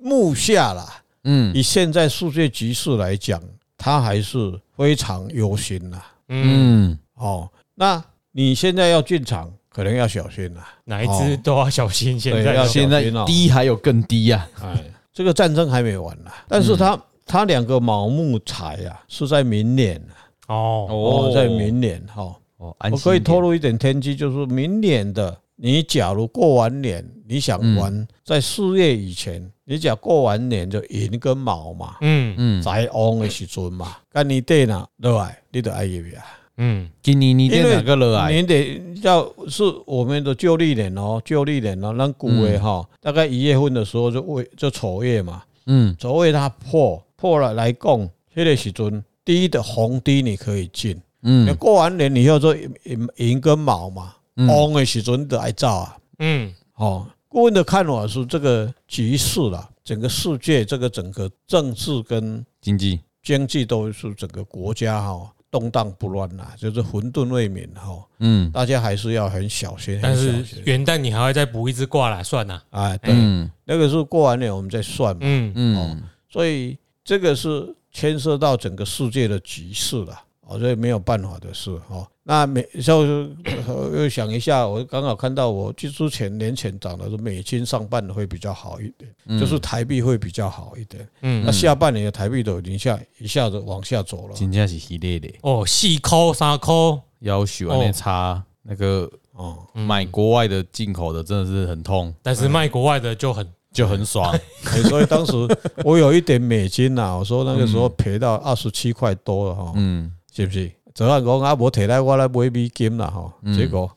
Speaker 3: 目下啦，
Speaker 1: 嗯
Speaker 3: 以现在世界局势来讲，它还是非常忧心啦
Speaker 2: 嗯，
Speaker 1: 嗯，
Speaker 3: 哦。那你现在要进场，可能要小心啦。
Speaker 2: 哪一只都要小心，现在
Speaker 3: 对要
Speaker 2: 都
Speaker 3: 小
Speaker 1: 嗯现
Speaker 3: 心
Speaker 1: 在
Speaker 3: 哦
Speaker 1: 低还有更低啊呀。
Speaker 3: 哎，这个战争还没完啦，但是
Speaker 1: 嗯
Speaker 3: 它它两个盲目财啊，是在明年啊。
Speaker 2: 哦，
Speaker 3: 哦，在明年哈、哦，
Speaker 1: 哦，安
Speaker 3: 我
Speaker 1: 心
Speaker 3: 可以
Speaker 1: 一点
Speaker 3: 透露一点天机，就是明年的你，假如过完年你想
Speaker 1: 嗯
Speaker 3: 玩，在四月以前，你假如过完年就寅跟卯嘛，
Speaker 2: 嗯
Speaker 1: 嗯，
Speaker 3: 在旺的时阵嘛，干你对呢，对吧？你得爱入啊，
Speaker 2: 嗯
Speaker 1: 今年你
Speaker 3: 因
Speaker 1: 点
Speaker 3: 为
Speaker 1: 哪个热癌？
Speaker 3: 你得要是我们的旧历年哦，旧历年哦，咱古月哈，大概一月份的时候就未就丑月嘛，
Speaker 1: 嗯
Speaker 3: 丑月它破破了来供，那个时阵低的红低你可以进。那
Speaker 1: 嗯
Speaker 3: 过完年以后做银银跟卯嘛，旺的时阵就爱造啊。
Speaker 2: 嗯
Speaker 3: 哦，顾问的看法是这个局势啦，整个世界这个整个政治跟
Speaker 1: 经济，
Speaker 3: 经济都是整个国家哈、动荡不乱啦，就是混沌未明哈、
Speaker 1: 嗯
Speaker 3: 大家还是要很小心，很
Speaker 2: 但
Speaker 3: 小
Speaker 2: 是
Speaker 3: 心。
Speaker 2: 元旦你还会再补一只挂啦，算啦，
Speaker 3: 哎，对，
Speaker 1: 嗯
Speaker 3: 那个是过完年我们再算嘛，
Speaker 2: 嗯
Speaker 1: 嗯
Speaker 3: 所以这个是牵涉到整个世界的局势了。哦，这没有办法的事哦。那美就是呃又想一下，我刚好看到我之之前年前涨的是美金上半年会比较好一点，
Speaker 1: 嗯
Speaker 3: 就是台币会比较好一点。
Speaker 2: 嗯
Speaker 3: 那下半年的台币都已经下一下子往下走了
Speaker 1: 真正是系列的
Speaker 2: 哦，四抠三抠，
Speaker 1: 要求安尼差那个
Speaker 3: 哦，
Speaker 1: 买国外的进口的真的是很
Speaker 3: 嗯
Speaker 1: 痛，
Speaker 2: 但是卖国外的就很
Speaker 1: 就很 爽。
Speaker 3: 哎所以当时我有一点美金呐、我说那个时
Speaker 2: 嗯
Speaker 3: 候赔到二十七块多了哦哈，
Speaker 1: 嗯，
Speaker 3: 是不是？泽汉讲啊，我提来我来买美金啦哈，
Speaker 1: 嗯
Speaker 3: 结果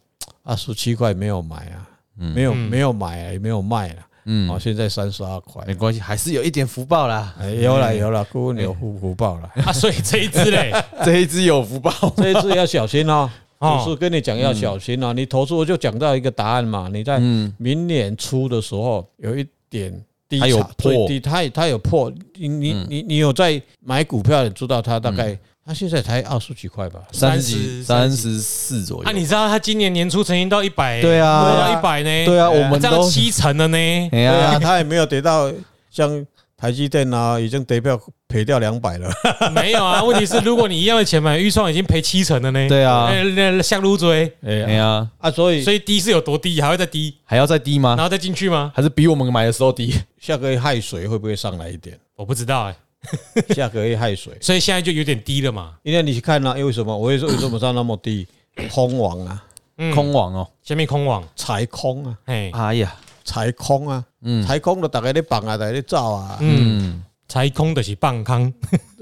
Speaker 3: 二十七块没有买啊，
Speaker 1: 嗯
Speaker 3: 没有
Speaker 2: 嗯，
Speaker 3: 没有买啊，也没有卖了，哦，
Speaker 1: 嗯，
Speaker 3: 现在三十二块，
Speaker 1: 没关系，还是有一点福报啦。
Speaker 3: 哎，有了有了，顾问有福福报 了
Speaker 1: 哎
Speaker 2: 啊，所以这一支嘞，
Speaker 1: 这一只有福 报，
Speaker 3: 这一次要小心哦。
Speaker 2: 哦
Speaker 3: 就是跟你讲要小心哦，你投资我就讲到一个答案嘛，你在
Speaker 1: 嗯，
Speaker 3: 明年初的时候有一点低
Speaker 1: 它有
Speaker 3: 潮最
Speaker 1: 破
Speaker 3: 低，它也它有破，你你
Speaker 1: 嗯
Speaker 3: 你你有在买股票，你知道它大概它现在才二十几块吧？
Speaker 1: 三十几，
Speaker 2: 三
Speaker 1: 三
Speaker 2: 十
Speaker 1: 十四左右。
Speaker 2: 啊，你知道他今年年初曾经到一百，
Speaker 1: 对啊
Speaker 2: 一百呢，哎
Speaker 1: 对啊，
Speaker 3: 对啊
Speaker 1: 我们
Speaker 2: 这样
Speaker 1: 都
Speaker 2: 七成了呢，
Speaker 1: 哎
Speaker 3: 对啊，
Speaker 1: 呀，
Speaker 3: 它也没有跌到像台积电啊，已经跌掉赔掉两百了。
Speaker 2: 没有 啊，问题是如果你一样的钱买预算，已经赔七成了呢。
Speaker 1: 对啊
Speaker 2: 哎，那那像撸追，
Speaker 1: 哎
Speaker 3: 哎
Speaker 1: 呀，
Speaker 3: 啊，所以
Speaker 2: 所以低是有多低，还会再低，
Speaker 1: 还要再低
Speaker 2: 然
Speaker 1: 吗？
Speaker 2: 后再进去吗？
Speaker 1: 还是比我们买的时候低？
Speaker 3: 下个月害水会不会上来一点？
Speaker 2: 我不知道哎，
Speaker 3: 下个月害水，
Speaker 2: 所以现在就有点低了嘛。
Speaker 3: 因为你去看啊，为什么？我也是为什么它那么低？空王啊，
Speaker 2: 嗯，
Speaker 1: 空网哦，
Speaker 2: 下面空网，
Speaker 3: 财空啊，
Speaker 2: 哎，
Speaker 1: 哎呀，
Speaker 3: 财空啊，
Speaker 1: 嗯
Speaker 3: 财空就大家在绑啊，大家在走啊，
Speaker 2: 嗯，
Speaker 1: 嗯
Speaker 2: 才空的是棒康，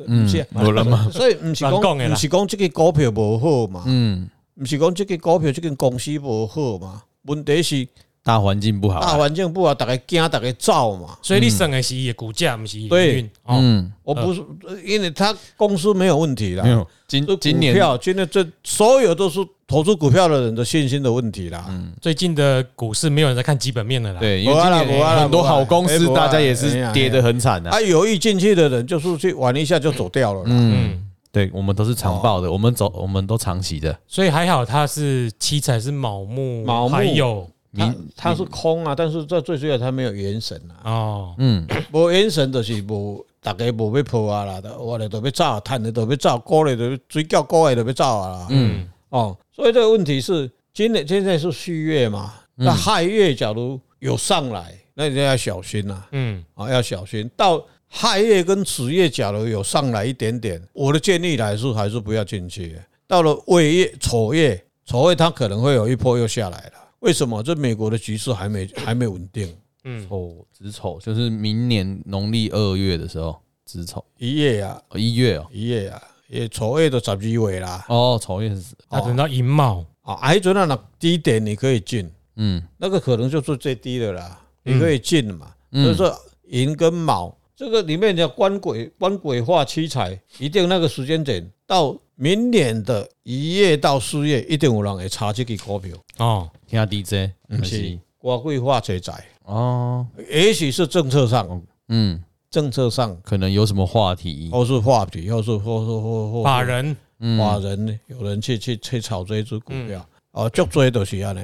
Speaker 1: 嗯
Speaker 3: 不是啊，
Speaker 1: 有人 吗？
Speaker 3: 所以唔是
Speaker 2: 乱讲的
Speaker 3: 讲
Speaker 2: 啦
Speaker 3: 唔是讲这个股票无好嘛，
Speaker 1: 嗯，
Speaker 3: 唔是讲这个股票这间公司无好嘛，问题是
Speaker 1: 大环境不好
Speaker 3: 大
Speaker 1: 啊，
Speaker 3: 环境不好，大家惊大家走嘛。
Speaker 2: 所以你省的是伊的股价，不是伊的
Speaker 3: 对
Speaker 2: 营运哦。
Speaker 1: 嗯，
Speaker 3: 我不是，因为他公司没有问题啦
Speaker 1: 没，有，今
Speaker 3: 啊这股
Speaker 1: 今年
Speaker 3: 票今天这所有都是投资股票的人的信心的问题啦。
Speaker 1: 嗯
Speaker 2: 最近的股市没有人在看基本面了啦。
Speaker 1: 对，因
Speaker 3: 没
Speaker 1: 为
Speaker 3: 有
Speaker 1: 今
Speaker 3: 啊啦没有
Speaker 1: 年
Speaker 3: 啦
Speaker 1: 很多好公
Speaker 3: 没
Speaker 1: 司
Speaker 3: 有啦
Speaker 1: 大家也
Speaker 3: 哎
Speaker 1: 是
Speaker 3: 呀
Speaker 1: 跌得很惨啊。
Speaker 3: 啊，有意进去的人就是去玩一下就走掉了啦。啊
Speaker 1: 嗯，
Speaker 2: 嗯，
Speaker 1: 对，我们都是长报的，
Speaker 3: 哦
Speaker 1: 我们走我们都长期的。
Speaker 2: 所以还好它是七彩是卯木，
Speaker 3: 卯木
Speaker 2: 还有
Speaker 3: 他他是空啊，但是这最主要他没有元神啊，
Speaker 2: 哦，
Speaker 1: 嗯，
Speaker 3: 无元神就是无大家无要破啊啦，我哋都要走，赚的都要走，股咧都水饺股咧都要走啊啦。
Speaker 2: 嗯，
Speaker 3: 哦，所以这个问题是，今年现在是虚月嘛，
Speaker 1: 嗯
Speaker 3: 那亥月假如有上来，那你就要小心啦、
Speaker 2: 嗯，
Speaker 3: 啊，要小心。到亥月跟子月假如有上来一点点，我的建议来是还是不要进去。到了未月、丑月，丑月它可能会有一波又下来了。为什么？这美国的局势还没还没稳定，
Speaker 2: 嗯，
Speaker 1: 丑子丑就是明年农历二月的时候，子丑
Speaker 3: 一月啊，
Speaker 1: 哦一月哦，
Speaker 3: 一月啊，也丑月都十二月啦。
Speaker 1: 哦丑月是
Speaker 2: 那等到寅卯，
Speaker 3: 啊，还准啊，那低点你可以进。
Speaker 1: 嗯
Speaker 3: 那个可能就是最低的啦，你可以进嘛。
Speaker 1: 嗯
Speaker 3: 所以说银跟卯这个里面的官鬼官鬼化七彩，一定那个时间点到明年的一月到四月，一定有人会查这个股票，
Speaker 2: 哦，
Speaker 1: 听下 DJ
Speaker 3: 不是官鬼化七彩，
Speaker 1: 哦，
Speaker 3: 也许是政策上，
Speaker 1: 嗯，
Speaker 3: 政策上
Speaker 1: 可能有什么话题？
Speaker 3: 或是话题，或是或是或或
Speaker 2: 法人
Speaker 1: 嗯
Speaker 3: 法人有人去去去炒这一只股票，哦，足多都是安尼，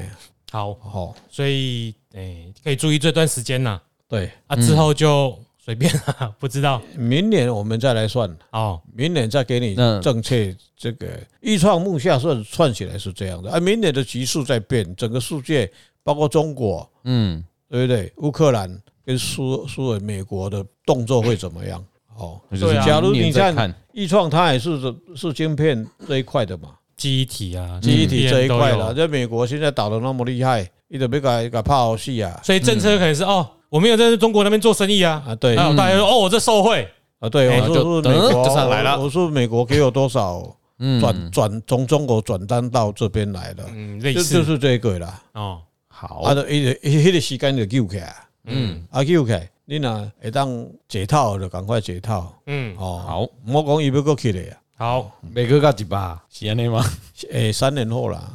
Speaker 2: 好，
Speaker 3: 哦，
Speaker 2: 所以诶可以注意这段时间呐，
Speaker 3: 对，
Speaker 2: 啊之后就随便啦， 不知道
Speaker 3: 明年我们再来算。
Speaker 2: 哦，
Speaker 3: 明年再给你
Speaker 1: 那
Speaker 3: 正确这个预创目下算算起来是这样的，啊，明年的局势在变，整个世界包括中国，
Speaker 1: 嗯
Speaker 3: 对不对？乌克兰跟苏苏尔美国的动作会怎么样？哦，
Speaker 1: 那就是
Speaker 2: 对啊
Speaker 3: 假如
Speaker 1: 明
Speaker 3: 你
Speaker 1: 年再
Speaker 3: 看
Speaker 1: 看，
Speaker 3: 预创，它也是是晶片这一块的嘛，
Speaker 2: 记忆体啊，
Speaker 3: 记忆体这一块
Speaker 2: 都
Speaker 3: 了。
Speaker 2: 有，
Speaker 3: 在美国现在打的那么厉害，你得别给给怕好戏啊！
Speaker 2: 所以政策可能是哦，我没有在中国那边做生意啊，
Speaker 3: 啊，对
Speaker 2: 那
Speaker 3: 啊，
Speaker 2: 大家说哦，我这受贿，
Speaker 3: 对，
Speaker 2: 哎
Speaker 3: 我是
Speaker 1: 就
Speaker 3: 不是美
Speaker 1: 噔
Speaker 3: 国
Speaker 1: 就上来了
Speaker 3: 我我是美国给我多少
Speaker 1: 嗯
Speaker 3: 转转从中国转单到这边来的，
Speaker 2: 嗯，类
Speaker 3: 就就
Speaker 2: 似
Speaker 3: 是这个啦。
Speaker 2: 哦，
Speaker 1: 好
Speaker 3: 啊，，就伊就伊迄个时间就救起来，
Speaker 2: 嗯
Speaker 3: 啊救起来，你若会当解套就赶快解套
Speaker 2: 嗯，
Speaker 3: 哦。
Speaker 1: 好，
Speaker 3: 毋好讲伊要过去咧啊，
Speaker 2: 好，
Speaker 1: 每个加一把，是安尼 吗？
Speaker 3: 诶，三年后啦，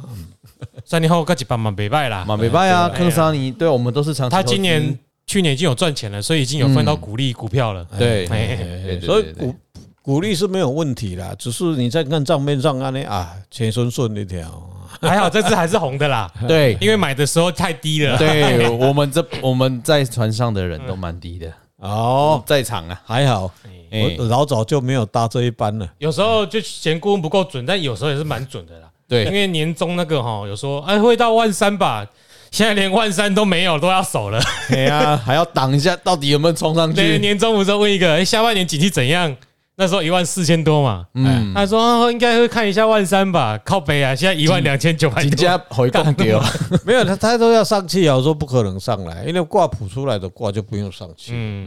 Speaker 2: 三年后个一百万北拜啦，
Speaker 1: 马北拜啊，
Speaker 2: 对啊
Speaker 1: 坑沙尼，对我们都是长期投
Speaker 2: 他
Speaker 1: 资。嗯
Speaker 2: 今年去年已经有赚钱了，所以已经有分到股利股票了。
Speaker 1: 对，
Speaker 2: 哎
Speaker 1: 哎对对
Speaker 3: 所以
Speaker 1: 对对
Speaker 3: 股股利是没有问题啦，只是你在看账面上安尼啊，钱顺顺一条啊，
Speaker 2: 还好这次还是红 的啦，
Speaker 1: 对
Speaker 2: 因为买的时候太低了。
Speaker 1: 对，我们这 我们在船上的人都蛮低的，
Speaker 3: 哦，
Speaker 1: 在场啊，
Speaker 3: 还好，
Speaker 1: 哎
Speaker 3: 我老早就没有搭这一班 了，
Speaker 2: 有时候就嫌顾问不够准，但有时候也是蛮准的啦。因
Speaker 1: 对，
Speaker 2: 为年终那个哈，有说哎会到万三吧，现在连万三都没有，都要守 了。
Speaker 1: 啊哎呀，还要挡一下，到底有没有冲上
Speaker 2: 对，
Speaker 1: 去？
Speaker 2: 年终不是问一个哎下半年景气怎样？那时候一万四千多嘛，
Speaker 1: 嗯，
Speaker 2: 他说、啊应该会看一下万三吧，靠北啊，现在一万两千九百
Speaker 1: 人
Speaker 2: 多，
Speaker 1: 家回供给哦，
Speaker 3: 没有他他都要上去啊，我说不可能上来，因为卦谱出来的卦就不用上去。
Speaker 2: 嗯，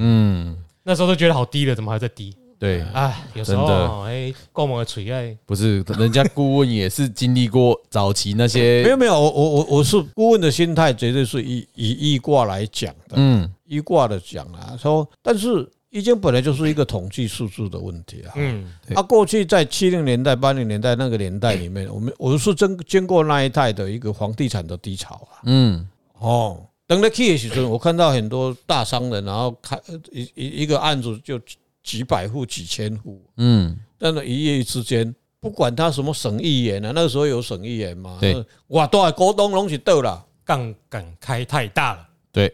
Speaker 1: 嗯，
Speaker 2: 那时候都觉得好低了，怎么还在低？
Speaker 1: 对，
Speaker 2: 哎，有时
Speaker 1: 真的
Speaker 2: 候哎，够猛的锤哎，
Speaker 1: 不是，人家顾问也是经历过早期那
Speaker 3: 没有
Speaker 1: 些，
Speaker 3: 没有，我我我我是顾问的心态，绝对是以以易卦来讲的。
Speaker 1: 嗯，
Speaker 3: 一卦的讲啊，说，但是易经本来就是一个统计数字的问题啊。
Speaker 2: 嗯，
Speaker 1: 对
Speaker 3: 啊，过去在七零年代、八零年代那个年代里面，我们我是经经过那一代的一个房地产的低潮啊。
Speaker 1: 嗯，
Speaker 3: 哦，等了 key 的时候，我看到很多大商人，然后开一一一个案子就几几百户、几千户，
Speaker 1: 嗯，
Speaker 3: 但是一夜之间，不管他什么省议员啊，那个时候有省议员嘛，
Speaker 1: 对，
Speaker 3: 我大的股东拢是倒了。
Speaker 2: 杠杆开太大了，
Speaker 1: 对，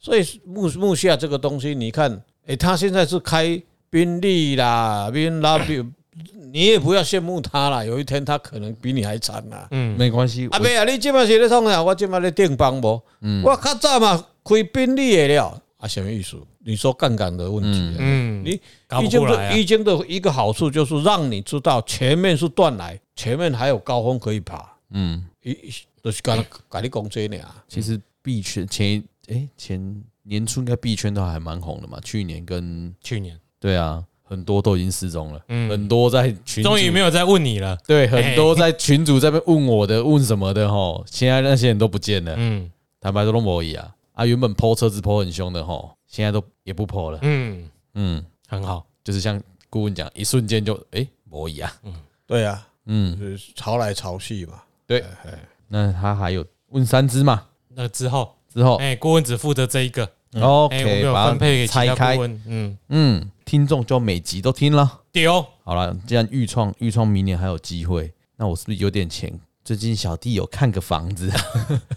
Speaker 3: 所以木木下这个东西，你看，诶、他现在是开宾利啦，宾拉比，你也不要羡慕他啦，有一天他可能比你还惨啦。
Speaker 2: 嗯，
Speaker 1: 没关系，
Speaker 3: 阿
Speaker 1: 我
Speaker 3: 伯啊，你即摆是咧创啥？我即摆咧电帮无，
Speaker 2: 嗯
Speaker 3: 我较早嘛开宾利的了，啊，什么意思？你说杠杆的问题啊，
Speaker 2: 嗯，
Speaker 3: 你
Speaker 2: 搞
Speaker 3: 易
Speaker 2: 不
Speaker 3: 经
Speaker 2: 过来
Speaker 3: 的
Speaker 2: 啊，
Speaker 3: 易经的一个好处就是让你知道前面是断崖，前面还有高峰可以爬，
Speaker 1: 嗯，
Speaker 3: 一就是讲讲你讲这呢啊。
Speaker 1: 其实币圈前哎前年初应该币圈都还蛮红的嘛，去年跟
Speaker 2: 去年，
Speaker 1: 对啊，很多都已经失踪了，
Speaker 2: 嗯
Speaker 1: 很多在群组
Speaker 2: 终于没有哎再问你了，
Speaker 1: 对，
Speaker 2: 嘿
Speaker 1: 很多在群主这边问我的，问什么的吼，现在那些人都不见了。
Speaker 2: 嗯
Speaker 1: 坦白说都没一啊，啊，原本抛车子抛很凶的吼，现在都也不抛了。
Speaker 2: 嗯，
Speaker 1: 嗯，
Speaker 2: 很好，
Speaker 1: 就是像顾问讲，一瞬间就哎没一啊。
Speaker 3: 对啊，
Speaker 1: 嗯，
Speaker 3: 就是潮来潮去嘛。
Speaker 1: 对。那他还有问三只嘛？
Speaker 2: 那之后，
Speaker 1: 之后
Speaker 2: 哎，顾问只负责这一个，哎，我们
Speaker 1: ，OK，
Speaker 2: 有
Speaker 1: 把
Speaker 2: 分配给
Speaker 1: 它拆
Speaker 2: 其他
Speaker 1: 开
Speaker 2: 顾。问，嗯，
Speaker 1: 嗯，听众就每集都听了。
Speaker 2: 丢，
Speaker 1: 好了，既然预创预创明年还有机会，那我是不是有点钱？最近小弟有看个房子，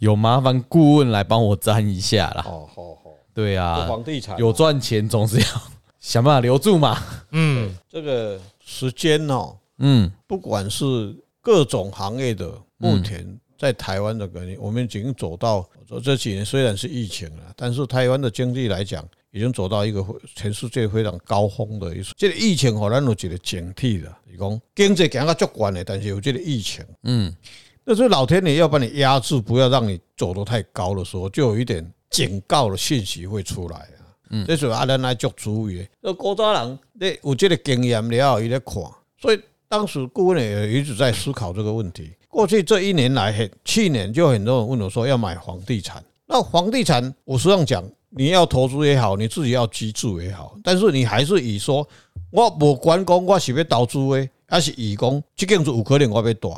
Speaker 1: 有麻烦顾问来帮我占一下啦。
Speaker 3: 哦，好好，
Speaker 1: 对啊
Speaker 3: 做，房地产
Speaker 1: 有赚钱总是要 想办法留住嘛。
Speaker 2: 嗯，
Speaker 3: 这个时间哦，
Speaker 1: 嗯
Speaker 3: 不管是各种行业的，目前在台湾的革命，我们已经走到我说这几年虽然是疫情了，但是台湾的经济来讲，已经走到一个全世界非常高峰的一。这个疫情和咱有一个警惕了，就是讲经济行到足悬的，但是有这个疫情。
Speaker 1: 嗯，
Speaker 3: 那是老天爷要把你压制，不要让你走得太高的时候，就有一点警告的信息会出来啊。嗯，这时候阿咱来做主语的，那古早人你有这个经验了后，伊咧看，所以当时顾问也一直在思考这个问题。过去这一年来，很去年就很多人问我说要买房地产。那房地产，我实际上讲，你要投资也好，你自己要居住也好，但是你还是以说，我无管讲我是要投资的，还是以讲这间子有可能我要住。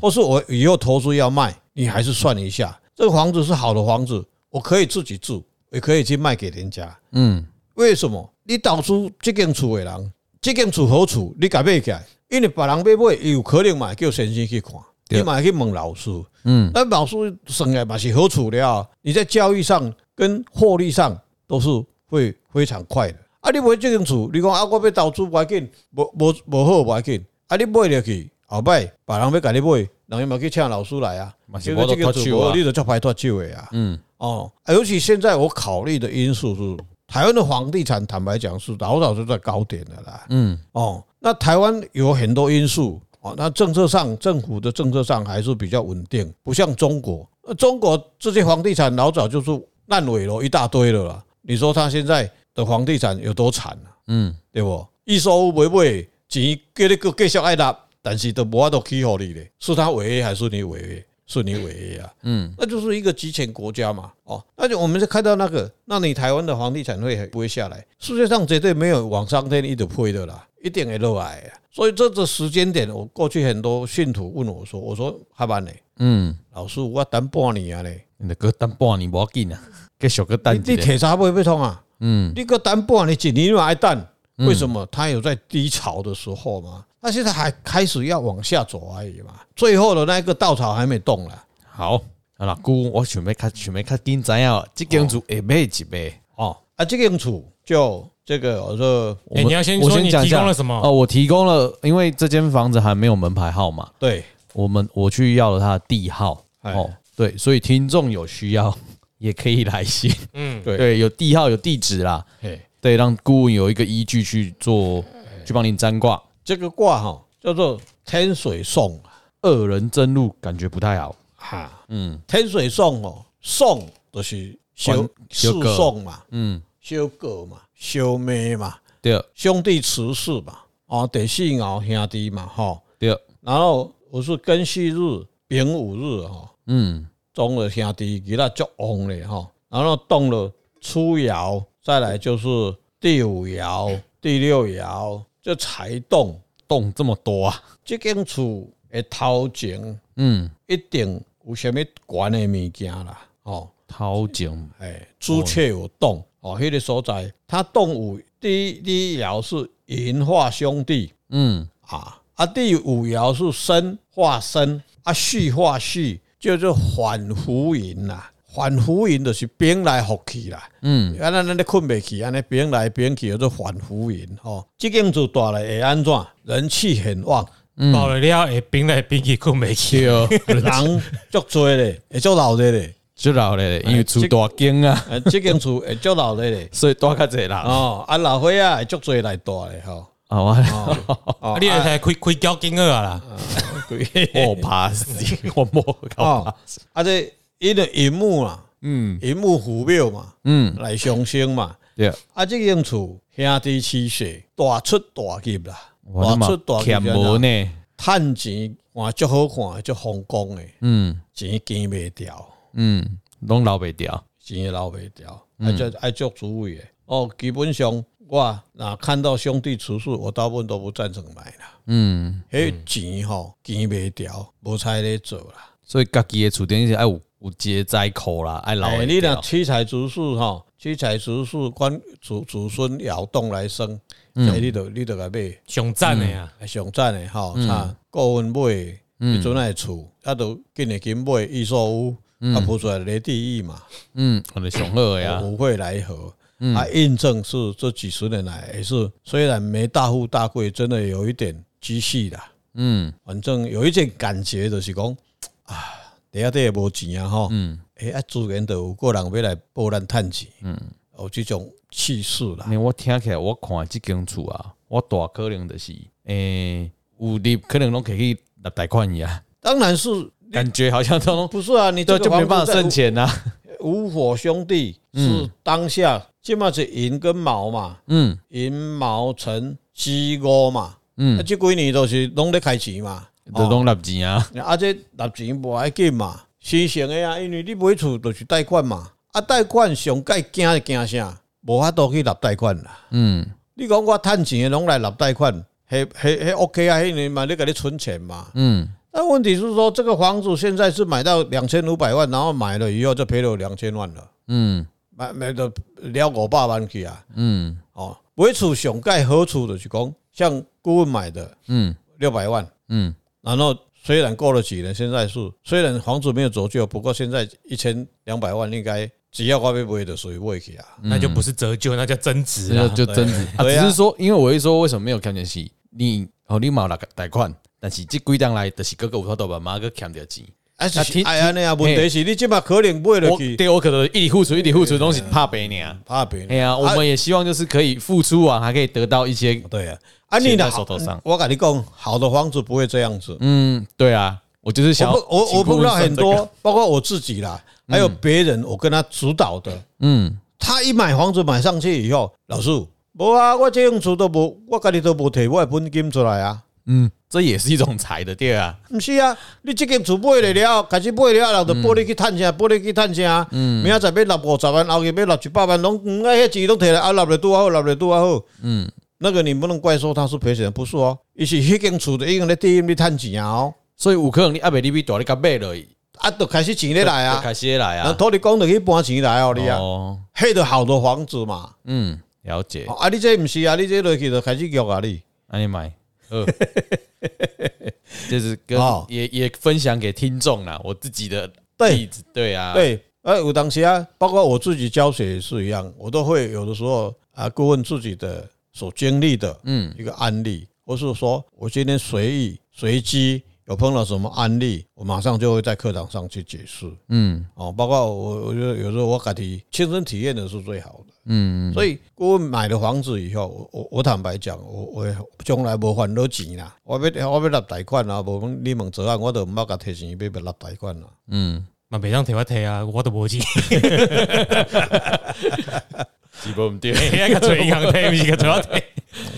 Speaker 3: 或是我以后投资要卖，你还是算一下，这个房子是好的房子，我可以自己住，也可以去卖给人家。
Speaker 1: 嗯，
Speaker 3: 为什么？你投资这间厝的人，这间厝好厝，你甲买起来，因为别人要买，伊有可能嘛叫先生去看，
Speaker 1: 对
Speaker 3: 你嘛去问老师，
Speaker 1: 嗯，
Speaker 3: 那老师生来嘛是好处了，你在交易上跟获利上都是会非常快的。啊，你买这间厝，你讲啊，我要投资不要紧，无无无好不要紧，啊，你买入去后摆，别人要甲你买，人伊嘛去请老师来啊
Speaker 1: 嘛，是
Speaker 3: 结果这
Speaker 1: 我
Speaker 3: 个
Speaker 1: 都脱
Speaker 3: 厝
Speaker 1: 手啊
Speaker 3: 无你就叫排脱手的啊。
Speaker 1: 嗯，
Speaker 3: 哦，啊尤其现在我考虑的因素是，台湾的房地产，坦白讲是老早就在高点的啦。
Speaker 1: 嗯，
Speaker 3: 哦，那台湾有很多因素哦，那政策上政府的政策上还是比较稳定，不像中国，呃中国这些房地产老早就是烂尾楼一大堆了啦。你说他现在的房地产有多惨啊？
Speaker 1: 嗯，
Speaker 3: 对不？一收买买，钱叫你个继续爱拿，但是都无法度起好你咧，是他违约还是你违约？是你违约啊？
Speaker 1: 嗯，
Speaker 3: 那就是一个集权国家嘛。哦，那就我们就看到那个，那你台湾的房地产会不会下来？世界上绝对没有往上天一直推的啦，一定会落来啊。所以这个时间点，我过去很多信徒问我说：“我说哈班呢，
Speaker 1: 嗯，
Speaker 3: 老师，我等半年啊嘞，
Speaker 1: 你个等半年无要紧啊，继续个
Speaker 3: 你
Speaker 1: 等一
Speaker 3: 你
Speaker 1: 下。
Speaker 3: 铁砂会不会通啊？
Speaker 1: 嗯
Speaker 3: 你个等半年，一年嘛还等？
Speaker 1: 嗯
Speaker 3: 为什么？他有在低潮的时候嘛，他现在还开始要往下走而已嘛，最后的那一个稻草还没动啦。
Speaker 1: 好，好啦，姑，我想要较想要较紧知影，即间厝会买一买。
Speaker 3: 哦，啊，这个厝就这个，我说
Speaker 1: 我
Speaker 2: 哎，
Speaker 1: 们
Speaker 2: 你要先
Speaker 1: 我
Speaker 2: 说你
Speaker 1: 讲一
Speaker 2: 提
Speaker 1: 下
Speaker 2: 供了什么？
Speaker 1: 哦，我提供了，因为这间房子还没有门牌号码，
Speaker 3: 对，
Speaker 1: 我们我去要了它的地号。
Speaker 3: 哎
Speaker 1: 哦，对，所以 听众有需要也可以来信。
Speaker 2: 嗯，
Speaker 3: 对
Speaker 1: 对，有地号有地址啦。
Speaker 3: 嘿，
Speaker 1: 对，让顾问有一个依据去做，
Speaker 2: 嗯
Speaker 1: 去帮你占卦。
Speaker 3: 这个卦哈叫做天水讼啊
Speaker 1: 恶人争路感觉不太好，
Speaker 3: 哈，
Speaker 1: 嗯
Speaker 3: 天水讼哦，讼就是
Speaker 1: 管
Speaker 3: 修
Speaker 1: 修
Speaker 3: 诉
Speaker 1: 割
Speaker 3: 讼嘛，
Speaker 1: 嗯，
Speaker 3: 修割嘛，修妹嘛，
Speaker 1: 对
Speaker 3: 兄弟慈氏嘛，哦，得系熬兄弟嘛，哈、
Speaker 1: 对，
Speaker 3: 然后我是庚戌日、丙午日哈、
Speaker 1: 嗯
Speaker 3: 中了兄弟，给他足旺的哈。然后动了初爻，再来就是第五爻、第六爻，这才动。
Speaker 1: 动这么多啊，
Speaker 3: 这间厝的头前
Speaker 1: 嗯，
Speaker 3: 一定有什么悬的物件啦，哦，
Speaker 1: 掏井，
Speaker 3: 哎，朱雀有动哦，迄、个所在，它动有第一第一爻是银化兄弟
Speaker 1: 嗯
Speaker 3: 啊，啊第五爻是申化申啊，戌化戌，叫做反浮云啦，反浮云就是变来覆去啦。
Speaker 1: 嗯，
Speaker 3: 啊，咱咱咧困袂去，安尼变来变去，叫做反浮云吼。即间厝住来会安怎？人气很旺，
Speaker 2: 搞了了，会冰来冰去，困没去。
Speaker 3: 人足多咧，会足闹热咧。
Speaker 1: 就老
Speaker 3: 哎
Speaker 1: 嘞，因为出大间啊，
Speaker 3: 啊，即间厝会足闹热咧。
Speaker 1: 所以大较济啦。
Speaker 3: 哦，啊，老伙仔会足多来住咧吼。
Speaker 1: 啊，我
Speaker 3: 哦
Speaker 2: 啊你才开开交金额啊啦，
Speaker 1: 我怕死，我莫搞
Speaker 3: 哦
Speaker 1: 怕。，
Speaker 3: 啊，这伊的银幕啦，
Speaker 1: 嗯
Speaker 3: 银幕虎庙嘛，
Speaker 1: 嗯，
Speaker 3: 来上升嘛。
Speaker 1: 对，
Speaker 3: 啊，即间厝兄弟七岁，大出大入啦，
Speaker 1: 我他
Speaker 3: 大出大
Speaker 1: 妈欠无
Speaker 3: 入啦，
Speaker 1: 呢。
Speaker 3: 趁钱换足好看，足风光诶，
Speaker 1: 嗯
Speaker 3: 钱见袂掉。
Speaker 1: 嗯，拢留袂掉。
Speaker 3: 钱也留袂啊掉，爱做爱做主位的。哦，基本上我若看到兄弟出事，我大部分都不赞成买啦。
Speaker 1: 嗯，
Speaker 3: 迄、钱吼见袂掉，无彩咧做啦。
Speaker 1: 所以家己的厝顶是爱有有节灾口啦，爱留
Speaker 3: 哎，你
Speaker 1: 会
Speaker 3: 若
Speaker 1: 掉。
Speaker 3: 七彩竹树吼，七彩竹树管子子孙摇动来生，
Speaker 1: 嗯
Speaker 3: 哎，你都你都来买。哎
Speaker 2: 熊赞的呀，
Speaker 3: 上赞的吼，
Speaker 1: 嗯
Speaker 3: 差顾问买的，迄阵诶厝，啊，都紧诶紧买艺术屋，啊，不出来咧地狱嘛，
Speaker 1: 嗯，我的上好的呀。
Speaker 3: 无会来和。
Speaker 1: 嗯
Speaker 3: 啊，印证是这几十年来也是，虽然没大富大贵，真的有一点积蓄啦。
Speaker 1: 嗯
Speaker 3: 反正有一种感觉，就是讲啊，底下底也无钱啊吼，
Speaker 1: 嗯，
Speaker 3: 哎啊，自然就有个人要来帮咱趁钱，嗯，有这种气势啦。
Speaker 1: 你我听起来，我看即间厝啊，我大可能就是诶，有入可能拢可以去拿贷款呀，
Speaker 3: 当然是
Speaker 1: 感觉好像都拢
Speaker 3: 不是啊？你这
Speaker 1: 就
Speaker 3: 个
Speaker 1: 就没办法
Speaker 3: 挣
Speaker 1: 挣
Speaker 3: 钱。
Speaker 1: 钱啊嗯呐。
Speaker 3: 五火兄弟是当下，即嘛是寅跟卯嘛，
Speaker 1: 嗯
Speaker 3: 寅卯辰巳午嘛，啊，
Speaker 1: 嗯，
Speaker 3: 即几年都是拢咧开钱嘛，
Speaker 1: 就拢立钱啊。
Speaker 3: 啊，这立钱无要紧嘛，新型的啊，因为你买厝就是贷款嘛，啊，贷款上该惊的惊啥，无法度去立贷款啦。
Speaker 1: 嗯
Speaker 3: 你讲我趁钱的拢来立贷款，迄迄迄 OK 啊，迄年嘛你甲你存钱嘛。
Speaker 1: 嗯
Speaker 3: 但问题是说，这个房子现在是买到两千五百万，然后买了以后就赔了两千万了。
Speaker 1: 嗯
Speaker 3: 买买到了五百万去啊！
Speaker 1: 嗯
Speaker 3: 哦，买厝上盖好处就是讲，像顾问买的
Speaker 1: 嗯
Speaker 3: 六百万，
Speaker 1: 嗯
Speaker 3: 然后虽然过了几年，现在是虽然房子没有折旧，不过现在一千两百万应该只要我要买的属于买去啊。
Speaker 2: 那就不是折嗯旧，那叫增值
Speaker 1: 这
Speaker 2: 啊。
Speaker 1: 就就增值啊。
Speaker 3: 对
Speaker 1: 只
Speaker 3: 啊
Speaker 1: 是说，因为我会说为什么没有看见是你哦，你嘛有那个贷款，但是这几档来就是各个有头豆爸妈个欠着钱。
Speaker 3: 啊，
Speaker 1: 啊
Speaker 3: 是
Speaker 1: 听
Speaker 3: 哎安尼啊，问题是你即马可能买落
Speaker 1: 我
Speaker 3: 去
Speaker 1: 对我可能一直付出，一直付出，东西怕赔你啊。
Speaker 3: 怕赔
Speaker 1: 哎。呀，我们也希望就是可以付出完，还可以得到一些。
Speaker 3: 对啊，啊你
Speaker 1: 钱
Speaker 3: 呢
Speaker 1: 在手头上？
Speaker 3: 我跟你讲，好的房子不会这样子。
Speaker 1: 嗯，对啊，我就是想要
Speaker 3: 我我我
Speaker 1: 请顾
Speaker 3: 碰
Speaker 1: 问
Speaker 3: 到很
Speaker 1: 算这个
Speaker 3: 多，包括我自己啦，还有别人，我跟他指导的。
Speaker 1: 嗯
Speaker 3: 他一买房子买上去以后，老师，无啊，我这种厝都无，我家己都无摕我的本金出来啊。
Speaker 1: 嗯，这也是一种财的对啊。
Speaker 3: 毋是啊，你即间厝买了了，开始买了，
Speaker 1: 嗯
Speaker 3: 人就报你去趁啥，报你去趁啥。明仔载要六五十万，后日要六一百万，拢嗯，啊，迄钱拢摕来，啊，六了拄好，六了拄好。
Speaker 1: 嗯，
Speaker 3: 那个你不能怪说他是赔钱，不是哦，伊是迄间厝的，已经咧第一咧趁钱啊哦，
Speaker 1: 所以有可能你阿伯你比大你甲买落去，
Speaker 3: 啊，就开始钱咧来
Speaker 1: 就
Speaker 3: 啊，
Speaker 1: 开始来
Speaker 3: 人
Speaker 1: 啊。
Speaker 3: 土地公就去搬钱来哦，你啊，
Speaker 1: 哦，
Speaker 3: 迄就好多房子嘛。
Speaker 1: 嗯，了解。
Speaker 3: 啊，你这毋是啊，你这落去就开始约啊你。
Speaker 1: 安尼买， 呃，就是跟
Speaker 3: 哦
Speaker 1: 也也分享给听众啦，我自己的
Speaker 3: 对
Speaker 1: 例子，对啊，，
Speaker 3: 对，呃，有当时啊，包括我自己教学也是一样，我都会有的时候啊，顾问自己的所经历的
Speaker 1: 嗯
Speaker 3: 一个案例，或是说我今天随意随机有碰到什么案例，我马上就会在课堂上去解释
Speaker 1: 嗯
Speaker 3: 哦。包括我，我觉得有时候我感觉亲身体验的是最好的。
Speaker 1: 嗯，
Speaker 3: 所以顾问买了房子以后，我我我坦白讲，我我从来无还到钱啦。我要我要立贷款啦，无讲你问泽安，我都毋捌甲提钱要要立贷款啊 啦。
Speaker 1: 嗯，
Speaker 2: 嘛袂当摕我摕啊，我都无钱，
Speaker 1: 基本对
Speaker 2: 迄个找银行摕，毋是个哎找我 摕。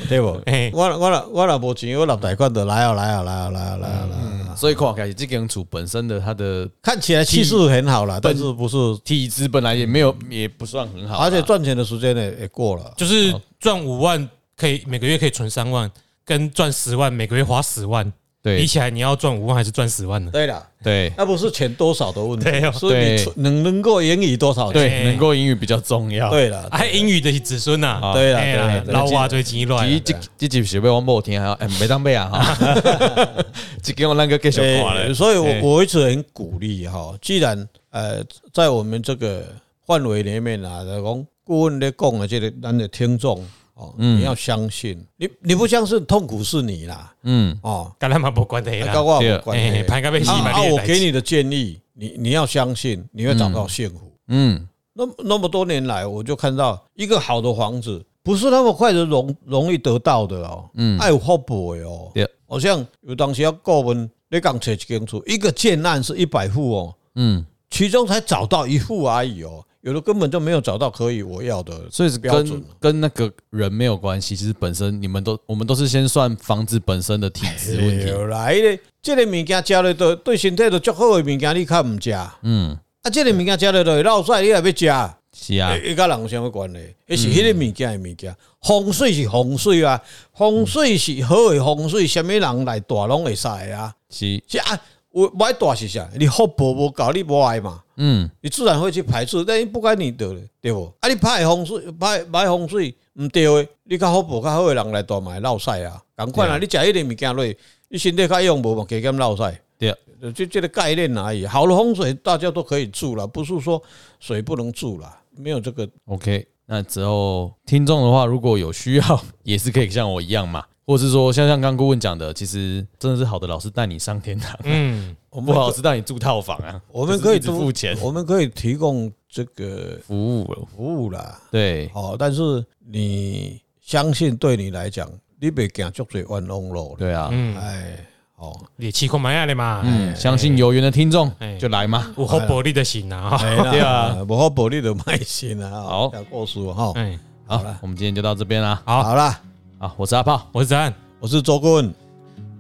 Speaker 3: 对无？
Speaker 2: 嘿
Speaker 3: 我若我若我若无钱，我立贷款就来啊来啊来啊来啊来啊来啊！
Speaker 1: 所以看起来这间厝本身的它的
Speaker 3: 看起来气势很好啦，但是不是？
Speaker 1: 体质本来也没有，也不算很好啦，
Speaker 3: 嗯而且赚钱的时间也也过了。
Speaker 2: 就是赚五万可以每个月可以存三万，跟赚十万每个月花十万比
Speaker 1: 对
Speaker 2: 起来，你要赚五万还是赚十万呢？
Speaker 3: 对了，
Speaker 1: 对
Speaker 3: 那不是钱多少的问题
Speaker 2: 对哦，
Speaker 3: 是你存能能够盈余多少钱？
Speaker 1: 对，能够英语比较重要。
Speaker 3: 哎对哎了，
Speaker 2: 还英语的是子孙呐，
Speaker 1: 啊
Speaker 3: 对了，
Speaker 2: 哎
Speaker 3: 对
Speaker 2: 呀
Speaker 3: 了，，
Speaker 2: 老话最钱乱
Speaker 3: 啊
Speaker 1: 其。实这这集是被我某听，还 要哎，没当背啊哈， 这给我那个继续看
Speaker 3: 对，
Speaker 1: 了，
Speaker 3: 所以我
Speaker 1: 哎
Speaker 3: 我一直很鼓励哈，既然呃在我们这个范围里面啊，就讲顾问在讲的这个咱的听众哦，
Speaker 1: 嗯
Speaker 3: 你要相信，你你不相信痛苦是你啦
Speaker 1: 嗯
Speaker 3: 哦，
Speaker 2: 跟咱嘛无关系啦
Speaker 3: 跟，我有关
Speaker 2: 哎，
Speaker 3: 系。
Speaker 2: 潘个被洗
Speaker 3: 啊
Speaker 2: 嘛，
Speaker 3: 啊，我给
Speaker 2: 你
Speaker 3: 你的建议，你你要相信，你会找到幸福。
Speaker 1: 嗯
Speaker 3: 那么那么多年来，我就看到一个好的房子不是那么快的容容易得到的哦，
Speaker 1: 嗯
Speaker 3: 爱有福报的哦
Speaker 1: 对。
Speaker 3: 好像有当时要顾问，你讲找一间厝，一个建案是一百户哦，
Speaker 1: 嗯，
Speaker 3: 其中才找到一户而已哦，有的根本就没有找到可以我要的。
Speaker 1: 所以是
Speaker 3: 标准
Speaker 1: 跟跟那个人没有关系，其实本身你们都我们都是先算房子本身的体质问题，
Speaker 3: 对啦，迄个这个物件食了都对身体都足好的物件，你较毋食啊？
Speaker 1: 嗯，
Speaker 3: 这个物件食了都会落屎，你也要食。
Speaker 1: 是啊，
Speaker 3: 伊甲人有啥物关系？迄是迄个物件的物件，风水是风水啊，风水是好的风水，啥物人来住拢会使啊。
Speaker 1: 是，
Speaker 3: 是啊，有歹住是啥？你福报无够，你无爱嘛，
Speaker 1: 嗯
Speaker 3: 你自然会去排斥。但不管你得对无？啊，你歹的风水，歹歹风水毋对的，你较福报较好的人来住嘛会落屎啊。共款啊，你食迄个物件落，你身体较用无嘛，加减落屎。
Speaker 1: 对，啊
Speaker 3: 呃就这个概念而已。好的风水大家都可以住了，不是说水不能住了，没有这个
Speaker 1: OK，那之后听众的话，如果有需要， 也是可以像我一样嘛，或是说像像刚顾问讲的，其实真的是好的老师带你上天堂，
Speaker 2: 嗯，
Speaker 3: 我
Speaker 1: 不
Speaker 3: 们
Speaker 1: 好是带你住套房啊，
Speaker 3: 我们可以
Speaker 1: 就是一直
Speaker 3: 多
Speaker 1: 付钱
Speaker 3: 我们可以提供这个
Speaker 1: 服务了，
Speaker 3: 服务啦。
Speaker 1: 对，
Speaker 3: 哦，但是你相信对你来讲，你别行足多弯弯路了。
Speaker 1: 对啊，
Speaker 3: 哎，哦，
Speaker 2: 你试看买下咧嘛，
Speaker 1: 嗯，相信有缘的听众
Speaker 2: 哎
Speaker 1: 就来嘛，
Speaker 2: 有好薄利的行啊，哈
Speaker 3: 哎啦
Speaker 1: 对啊，嗯
Speaker 3: 无好保你就卖啊心啦。
Speaker 1: 好
Speaker 3: 讲故事哦哈。
Speaker 2: 哎，
Speaker 1: 好，我们今天就到这边啦，
Speaker 2: 好
Speaker 3: 好啦，
Speaker 1: 好，我是阿炮，
Speaker 2: 我是子安
Speaker 3: 我是周顾问，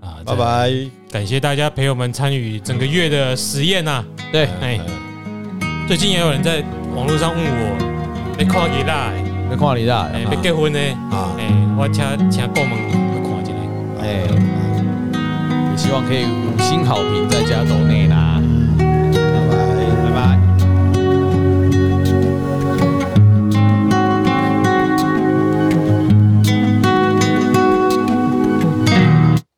Speaker 2: 啊，
Speaker 3: 拜，拜。
Speaker 2: 感谢大家陪我们参与整个月的实验呐。
Speaker 1: 对，
Speaker 3: 嗯
Speaker 2: 哎，最近也有人在网络上问我，要看吉啦，
Speaker 1: 别看你啦，
Speaker 2: 哎，要结婚呢。
Speaker 3: 啊，
Speaker 2: 诶、哎我请请顾问去看一下。
Speaker 1: 哎，也希望可以五星好评，再加抖内啦。